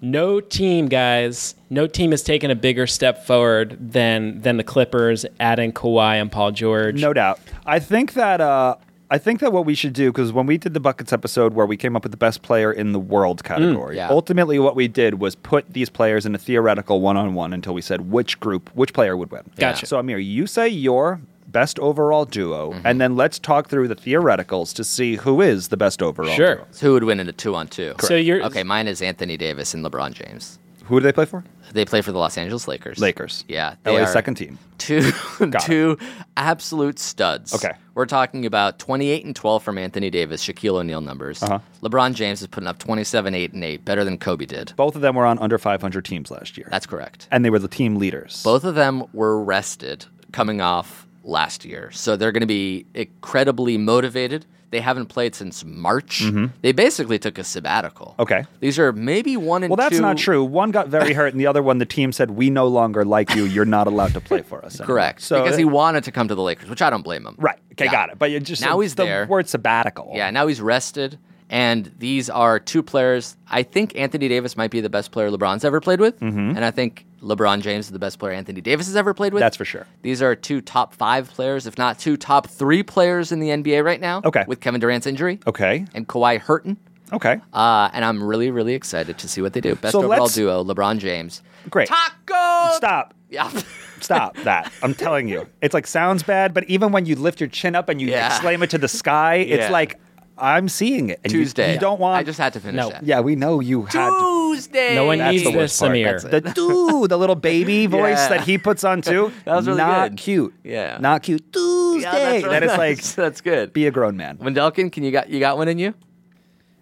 S4: No team, guys. No team has taken a bigger step forward than than the Clippers, adding Kawhi and Paul George.
S3: No doubt. I think that uh, I think that what we should do because when we did the buckets episode where we came up with the best player in the world category,
S1: Mm, yeah.
S3: ultimately what we did was put these players in a theoretical one-on-one until we said which group, which player would win.
S4: Gotcha.
S3: So Amir, you say your best overall duo,
S1: Mm-hmm.
S3: and then let's talk through the theoreticals to see who is the best overall.
S4: Sure.
S1: So who would win in a two on two?
S4: So you're-
S1: okay. Mine is Anthony Davis and LeBron James.
S3: duo. Who do they play for?
S1: They play for the Los Angeles Lakers.
S3: Lakers.
S1: Yeah, they
S3: LA's
S1: are-
S3: second team.
S1: two
S3: Got it.
S1: two absolute studs.
S3: Okay.
S1: We're talking about 28 and 12 from Anthony Davis, Shaquille O'Neal numbers.
S3: Uh-huh.
S1: LeBron James is putting up 27, 8, and 8, better than Kobe did.
S3: Both of them were on under 500 teams last year.
S1: That's correct.
S3: and they were the team leaders.
S1: Both of them were rested coming off last year. So they're going to be incredibly motivated. They haven't played since March. They basically took a sabbatical.
S3: Mm-hmm. Okay.
S1: These are maybe one and
S3: Well, that's
S1: two-
S3: not true. One got very hurt, and the other one, the team said, "We no longer like you. You're not allowed to play for us." anymore."
S1: Correct.
S3: So
S1: because he wanted to come to the Lakers, which I don't blame him.
S3: right. Okay,
S1: Yeah.
S3: got it. But you just
S1: Now he's
S3: the
S1: there.
S3: word sabbatical.
S1: Yeah, now he's rested. And these are two players. I think Anthony Davis might be the best player LeBron's ever played with. And I think LeBron James is the best player Anthony Davis has ever played with.
S3: Mm-hmm. That's for sure.
S1: These are two top five players, if not two top three players in the NBA right now.
S3: Okay.
S1: With Kevin Durant's injury.
S3: Okay.
S1: And Kawhi Hurton.
S3: Okay.
S1: Uh, and I'm really, really excited to see what they do. Best
S3: So
S1: overall
S3: let's-
S1: duo, LeBron James.
S3: Great.
S1: Taco!
S3: Stop.
S1: Yeah.
S3: Stop that. I'm telling you. It's like sounds bad, but even when you lift your chin up and you
S1: Yeah.
S3: exclaim it to the sky,
S1: Yeah.
S3: it's like I'm seeing it. And you-
S1: Tuesday.
S3: You, don't want
S1: I just had to finish
S4: No.
S1: that.
S3: Yeah, we know you had to-
S1: Tuesday!
S4: No one
S1: That's
S4: needs
S1: the
S4: this,
S1: worst part.
S4: Samir.
S1: That's it.
S3: the do, the little baby voice
S1: Yeah.
S3: that he puts on too.
S1: That was really
S3: not
S1: good.
S3: cute.
S1: Yeah.
S3: Not cute. Tuesday.
S1: Yeah, that's
S3: that
S1: right.
S3: is like
S1: That's- that's good.
S3: be a grown man.
S1: Wendelkin, can you got you got one in you?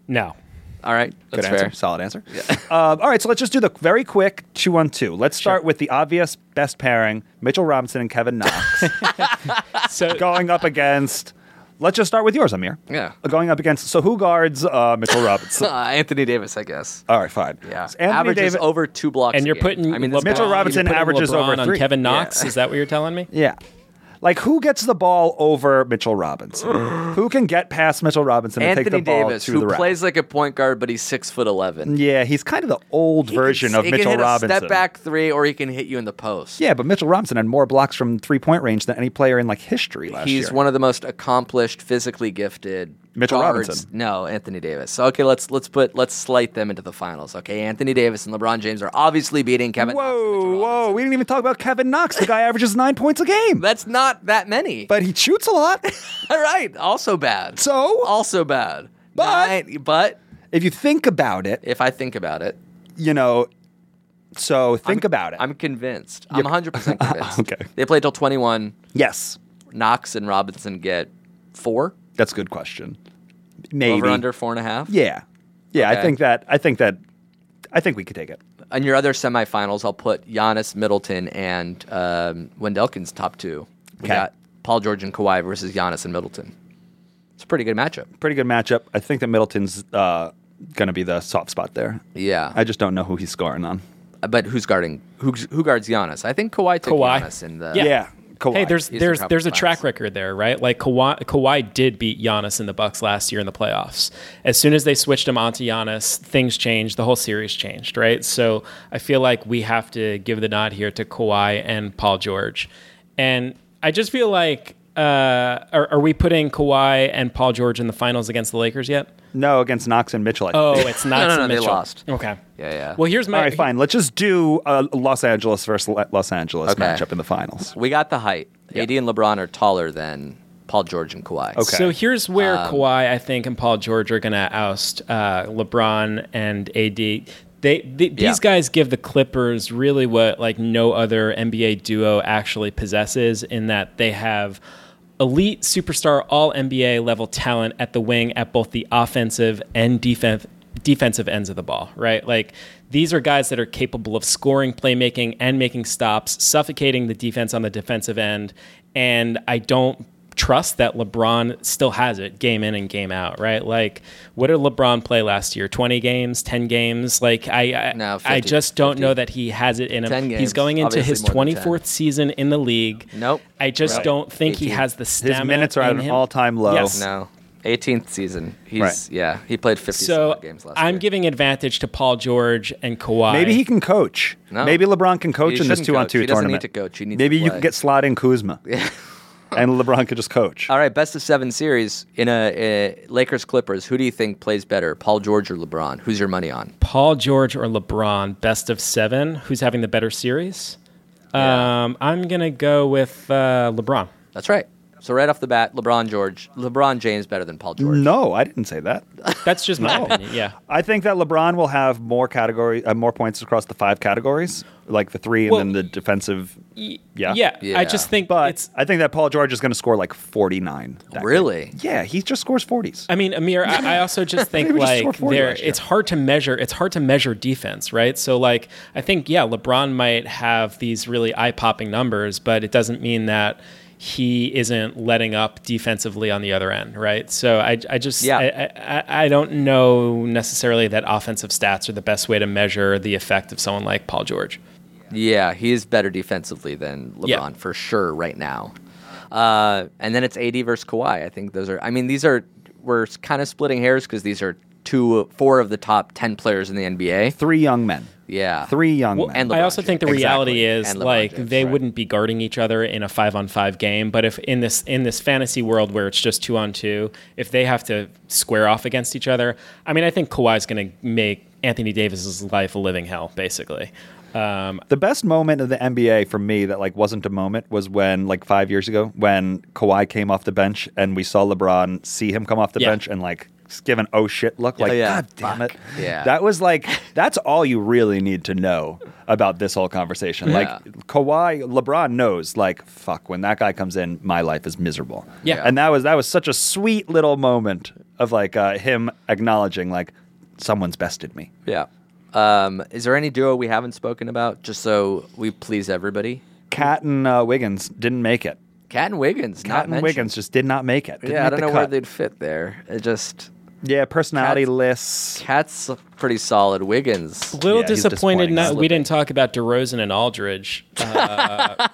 S4: No.
S1: All right,
S3: Good
S1: that's
S3: answer.
S1: fair.
S3: Solid answer. um, all right, so let's just do the very quick two on two. Let's start with the obvious best pairing Mitchell Robinson and Kevin Knox
S4: So
S3: going up against. Let's just start with yours, Amir.
S1: Yeah.
S3: Going up against. So who guards uh, Mitchell Robinson?
S1: Uh, Anthony Davis, I guess.
S3: all right, fine.
S1: Yeah,
S3: So Anthony
S1: averages
S3: Davis.
S1: over two blocks.
S4: and
S1: a
S4: you're
S1: game.
S4: putting
S1: I mean,
S4: LeBron,
S1: this
S3: Mitchell
S4: you're
S3: Robinson
S4: putting
S3: averages
S4: LeBron
S3: over
S4: on
S3: three.
S4: Kevin Knox.
S1: Yeah.
S4: Is that what you're telling me?
S3: Yeah. Like who gets the ball over Mitchell Robinson? who can get past Mitchell Robinson and take
S1: Anthony
S3: the ball
S1: Davis,
S3: to
S1: who
S3: the rack?
S1: plays like a point guard, but he's six foot eleven.
S3: Yeah, he's kind of the old version of
S1: he
S3: Mitchell
S1: can hit
S3: Robinson.
S1: A step back three, or he can hit you in the post.
S3: Yeah, but Mitchell Robinson had more blocks from three point range than any player in like history last year.
S1: he's one of the most accomplished, physically gifted.
S3: Mitchell
S1: guards.
S3: Robinson.
S1: No, Anthony Davis. So, okay, let's let's put let's slight them into the finals. Okay, Anthony Davis and LeBron James are obviously beating Kevin. Knox and Mitchell
S3: Whoa, whoa!
S1: Robinson.
S3: We didn't even talk about Kevin Knox. The guy averages nine points a game,
S1: That's not that many.
S3: but he shoots a lot.
S1: All right, also bad.
S3: So?
S1: also bad.
S3: But-
S1: Nine- but
S3: if you think about it,
S1: if I think about it,
S3: you know. So think about it.
S1: I'm convinced. I'm 100 percent convinced.
S3: Okay.
S1: They play till 21.
S3: yes,
S1: Knox and Robinson get four
S3: that's a good question. Maybe
S1: over under four and a half.
S3: Yeah, yeah. I
S1: Okay.
S3: think that. I think that. I think we could take it.
S1: And your other semifinals, I'll put Giannis, Middleton, and um, Wendelkin's top two. We
S3: Okay.
S1: got Paul George and Kawhi versus Giannis and Middleton. It's a pretty good matchup.
S3: Pretty good matchup. I think that Middleton's uh, going to be the soft spot there.
S1: Yeah.
S3: I just don't know who he's scoring on.
S1: Uh, but who's guarding? Who's, who guards Giannis? I think Kawhi took
S4: Kawhi.
S1: Giannis in the
S4: Yeah.
S3: Yeah, Kawhi.
S4: Hey, there's
S1: Eastern
S4: there's there's a
S1: Conference
S4: track
S1: Finals.
S4: record there, right? Like Kawhi, Kawhi did beat Giannis in the Bucks last year in the playoffs. As soon as they switched him onto Giannis, things changed. The whole series changed, right? So I feel like we have to give the nod here to Kawhi and Paul George, and I just feel like uh, are, are we putting Kawhi and Paul George in the finals against the Lakers yet?
S3: no against Knox and Mitchell. I think.
S4: Oh, it's not.
S1: no, no, they
S4: Mitchell.
S1: lost.
S4: Okay.
S1: Yeah, yeah.
S4: Well, here's my
S3: All right, fine. Let's just do uh, Los Angeles versus La- Los Angeles
S1: Okay.
S3: matchup in the finals.
S1: We got the height. AD and LeBron are taller than Paul George and Kawhi.
S3: Okay.
S4: So here's where Kawhi, I think, and Paul George are going to oust uh, LeBron and AD. They, they these
S1: Yeah.
S4: guys give the Clippers really what like no other NBA duo actually possesses in that they have elite superstar all NBA level talent at the wing at both the offensive and defense defensive ends of the ball, right? Like these are guys that are capable of scoring, playmaking, and making stops, suffocating the defense on the defensive end. And I don't trust that LeBron still has it game in and game out, right? Like, what did LeBron play last year? 20 games, 10 games? Like, I I,
S1: No, 50,
S4: I just don't know that he has it in him.
S1: 10
S4: He's
S1: games,
S4: going into
S1: obviously
S4: his
S1: more than 10.
S4: 24th season in the league.
S1: Nope.
S4: I just
S1: Right.
S4: don't think he
S1: 18.
S4: has the
S3: His
S4: stamina.
S3: minutes are at
S4: in
S3: an
S4: him.
S3: all-time low.
S4: Yes.
S1: No. 18th season. He's
S3: Right.
S1: yeah. He played 50
S4: So
S1: solid games last
S4: I'm
S1: year.
S4: giving advantage to Paul George and Kawhi.
S3: Maybe he can coach.
S1: No.
S3: Maybe LeBron can coach
S1: He
S3: in this
S1: shouldn't
S3: two-on-two
S1: coach. He doesn't need
S3: tournament.
S1: to coach. He needs
S3: Maybe
S1: to
S3: you
S1: play.
S3: can get Slot and Kuzma, and LeBron could just coach.
S1: All right, best of seven series in a, a Lakers Clippers. Who do you think plays better, Paul George or LeBron? Who's your money on?
S4: Paul George or LeBron, best of seven. Who's having the better series? Um, I'm gonna go with uh, LeBron.
S1: That's right. So right off the bat, LeBron George, LeBron James better than Paul George.
S3: No, I didn't say that.
S4: That's just my opinion. Yeah.
S3: I think that LeBron will have more category, uh, more points across the five categories, like the three and
S4: Well,
S3: then the defensive. Yeah.
S4: yeah.
S1: Yeah.
S4: I just think
S3: But
S4: it's.
S3: I think that Paul George is going to score like 49. that
S1: Really?
S3: game. Yeah, he just scores 40s.
S4: I mean, Amir, I, I also just think
S3: They were just
S4: like
S3: scored 40
S4: there,
S3: last year.
S4: it's hard to measure. It's hard to measure defense, right? So like, I think yeah, LeBron might have these really eye popping numbers, but it doesn't mean that he isn't letting up defensively on the other end, right? So I, I just,
S1: Yeah.
S4: I, I- I, I don't know necessarily that offensive stats are the best way to measure the effect of someone like Paul George.
S1: Yeah, he is better defensively than LeBron
S4: Yeah.
S1: for sure right now. Uh, and then it's AD versus Kawhi. I think those are. I mean, these are we're kind of splitting hairs because these are two, four of the top ten players in the NBA.
S3: Three young men.
S1: Yeah,
S3: Three young
S4: Well,
S3: men.
S1: and
S4: I also
S1: LeBron
S4: think the
S1: James. Exactly.
S4: reality is
S1: And LeBron
S4: like
S1: James,
S4: they
S1: right.
S4: wouldn't be guarding each other in a five on five game. But if in this in this fantasy world where it's just two on two, if they have to square off against each other, I mean, I think Kawhi's going to make Anthony Davis's life a living hell, basically. Um,
S3: The best moment of the NBA for me that like wasn't a moment was when like five years ago when Kawhi came off the bench and we saw LeBron see him come off the
S4: Yeah.
S3: bench and like give an oh shit look like
S1: yeah.
S3: god damn
S1: Fuck.
S3: it
S1: Yeah.
S3: that was like that's all you really need to know about this whole conversation like
S1: Yeah.
S3: Kawhi LeBron knows like fuck when that guy comes in my life is miserable
S4: Yeah.
S3: and that was that was such a sweet little moment of like uh, him acknowledging like someone's bested me
S1: Yeah. Um, is there any duo we haven't spoken about? Just so we please everybody.
S3: Cat and uh, Wiggins didn't make it.
S1: Cat and Wiggins. not
S3: Patton
S1: mentioned.
S3: Wiggins just did not make it. Didn't
S1: Yeah, I
S3: make
S1: don't
S3: the
S1: know where
S3: cut.
S1: they'd fit there. It just
S3: Yeah, personality
S1: Cats-
S3: lists.
S1: Cat's pretty solid. Wiggins.
S4: little
S3: Yeah, he's
S4: disappointed
S3: disappointing.
S4: not, we
S1: Slipping.
S4: didn't talk about DeRozan and Aldridge, uh,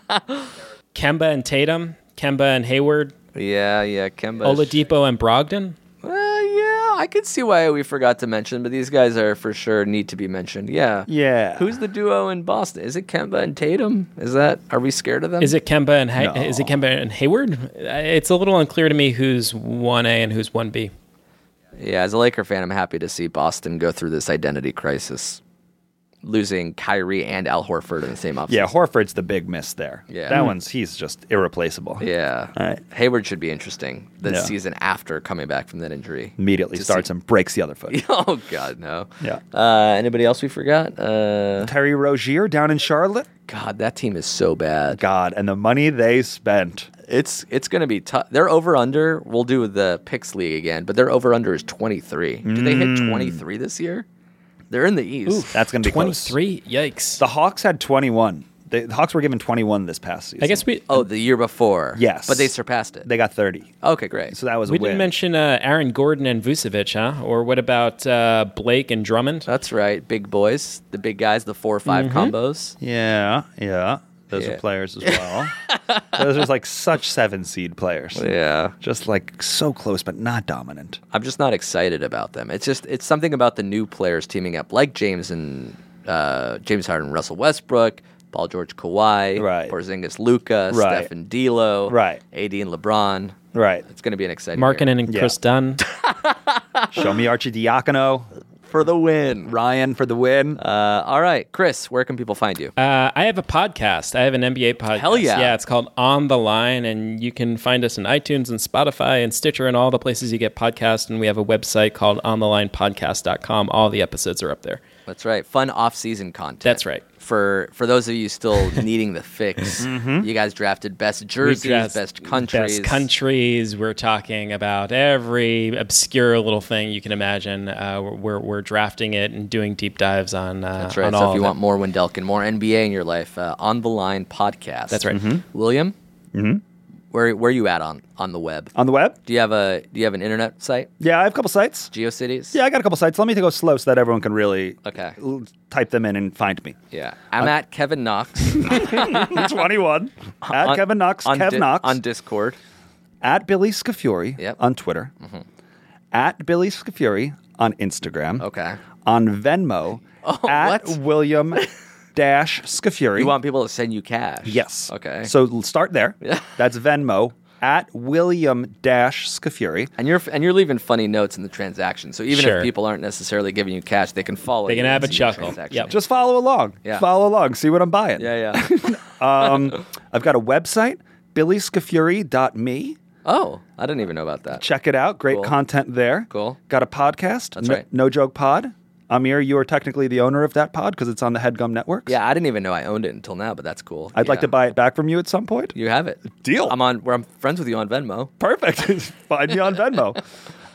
S4: Kemba and Tatum, Kemba and Hayward,
S1: Yeah, yeah. Kemba.
S4: Oladipo and Brogdon.
S1: Uh, yeah, I could see why we forgot to mention, but these guys are for sure need to be mentioned. Yeah.
S3: Yeah.
S1: Who's the duo in Boston? Is it Kemba and Tatum? Is that are we scared of them?
S4: Is it Kemba and Hay- is it Kemba and Hayward? Uh, It's a little unclear to me who's one A and who's one B.
S1: Yeah, as a Laker fan, I'm happy to see Boston go through this identity crisis, losing Kyrie and Al Horford in the same offseason.
S3: Yeah, Horford's the big miss there.
S1: Yeah.
S3: That
S1: Mm.
S3: one's he's just irreplaceable.
S1: Yeah.
S3: All right.
S1: Hayward should be interesting this
S3: Yeah.
S1: season after coming back from that injury.
S3: Immediately
S1: To
S3: starts
S1: see-
S3: and breaks the other foot.
S1: Oh God, no.
S3: Yeah.
S1: Uh, anybody else we forgot? Uh,
S3: Terry Rozier down in Charlotte.
S1: God, that team is so bad.
S3: God, and the money they spent.
S1: It's it's gonna be tough. They're over under. We'll do the picks league again, but their over under is twenty three. Do they hit
S3: Mm.
S1: twenty three this year? They're in the East.
S3: That's going to be
S4: Twenty
S3: close.
S4: three, yikes!
S3: The Hawks had 21. They, the Hawks were given 21 this past season.
S4: I guess we
S1: Oh, the year before.
S3: Yes.
S1: but they surpassed it.
S3: they got 30.
S1: okay, great.
S3: So that was
S4: we
S3: a win.
S4: didn't mention uh, Aaron Gordon and Vucevic, huh? Or what about uh, Blake and Drummond?
S1: That's right. Big boys, the big guys, the four or 5
S3: Mm-hmm.
S1: combos.
S3: Yeah, yeah. Those
S1: Yeah.
S3: are players as well. Those are like such seven seed players.
S1: Yeah.
S3: Just like so close, but not dominant.
S1: I'm just not excited about them. It's just it's something about the new players teaming up, like James and uh, James Harden, Russell Westbrook, Paul George, Kawhi,
S3: Right.
S1: Porzingis, Luca,
S3: Right.
S1: Stephen D'Lo,
S3: Right.
S1: AD and LeBron.
S3: Right.
S1: It's going to be an exciting year.
S4: Markkinen and
S3: Yeah.
S4: Chris Dunn.
S3: Show me Archie Diacono.
S1: for the win.
S3: Ryan for the win.
S1: Uh, all right, Chris, where can people find you?
S4: Uh, I have a podcast. I have an NBA podcast.
S1: Hell yeah.
S4: Yeah, it's called On the Line, and you can find us in iTunes and Spotify and Stitcher and all the places you get podcasts. And we have a website called OnTheLinePodcast.com. All the episodes are up there.
S1: That's right, fun off-season content.
S4: That's right.
S1: For for those of you still needing the fix, you guys drafted best jerseys,
S4: We just-
S1: best countries.
S4: Best countries. We're talking about every obscure little thing you can imagine. Uh, we're, we're drafting it and doing deep dives on. Uh,
S1: That's right.
S4: on
S1: So
S4: all
S1: if you
S4: of it.
S1: want more Wendelkin, more NBA in your life, uh, on the line podcast.
S4: That's right. Mhm.
S1: William, mm-hmm. where where you at on on the web?
S3: On the web?
S1: do you have a do you have an internet site?
S3: Yeah, I have a couple sites.
S1: GeoCities.
S3: Yeah, I got a couple sites. Let me go slow so that everyone can really
S1: Okay.
S3: l- type them in and find me.
S1: Yeah. I'm at Kevin Knox.
S3: 21. At
S1: on-
S3: Kevin Knox,
S1: on
S3: Kev
S1: Di-
S3: Knox.
S1: on Discord.
S3: at Billy Scafuri
S1: Yep. Mm-hmm.
S3: on Twitter. At Billy Scafuri on Instagram.
S1: Okay. Oh,
S3: On Venmo. at
S1: what?
S3: William dash Scafuri.
S1: You want people to send you cash?
S3: Yes.
S1: Okay.
S3: So l- start there. That's Venmo at William Dash Scafuri.
S1: And you're and you're leaving funny notes in the transaction. So even
S4: Sure.
S1: if people aren't necessarily giving you cash, they can follow.
S4: They
S1: you
S4: can
S1: and
S4: have a
S1: see your
S4: chuckle.
S1: transaction.
S4: Yep.
S3: Just follow along.
S1: Yeah.
S3: Follow along. See what I'm buying.
S1: Yeah, yeah.
S3: Um, I've got a website, billyscafuri.me.
S1: Oh, I didn't even know about that.
S3: Check it out. Great
S1: Cool.
S3: content there.
S1: Cool.
S3: Got a podcast.
S1: That's
S3: no,
S1: right.
S3: no Joke Pod. Amir, you are technically the owner of that pod because it's on the Headgum Network.
S1: Yeah, I didn't even know I owned it until now, but that's cool.
S3: I'd like
S1: Yeah.
S3: to buy it back from you at some point.
S1: You have it.
S3: Deal.
S1: I'm on. Where I'm friends with you on Venmo.
S3: Perfect. find me on Venmo.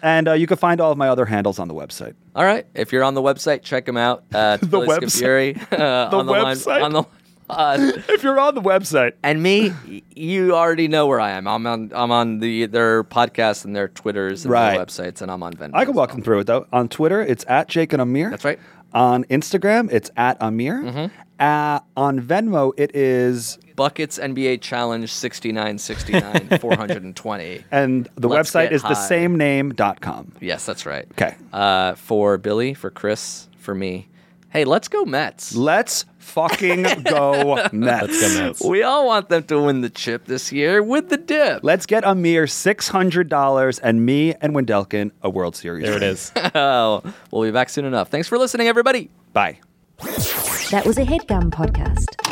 S3: And uh, you can find all of my other handles on the website.
S1: All right. If you're on the website, check them out. Uh, the
S3: website.
S1: uh,
S3: The
S1: on the line-
S3: website.
S1: on the pod.
S3: If you're on the website,
S1: and me, y- you already know where I am. I'm on. I'm on the their podcasts and their Twitters and
S3: Right.
S1: their websites, and I'm on Venmo.
S3: I can
S1: as well.
S3: walk them through it though. On Twitter, it's at Jake and Amir.
S1: That's right. Mm-hmm.
S3: On Instagram, it's at Amir. Uh, on Venmo, it is,
S1: Buckets NBA Challenge 69, 69, 420.
S3: and the
S1: Let's
S3: website
S1: get
S3: is
S1: high.
S3: the same name.com.
S1: Yes, that's right.
S3: 'Kay.
S1: Uh, for Billy, for Chris, for me. Hey, let's go Mets.
S3: Let's fucking go Mets. Let's
S4: Mets.
S1: We all want them to win the chip this year with the dip.
S3: get Amir $600 and me and Wendelkin a World Series.
S4: There it
S3: ring.
S4: is.
S1: Oh, we'll be back soon enough. Thanks for listening, everybody.
S3: Bye.
S5: That was a headgum podcast.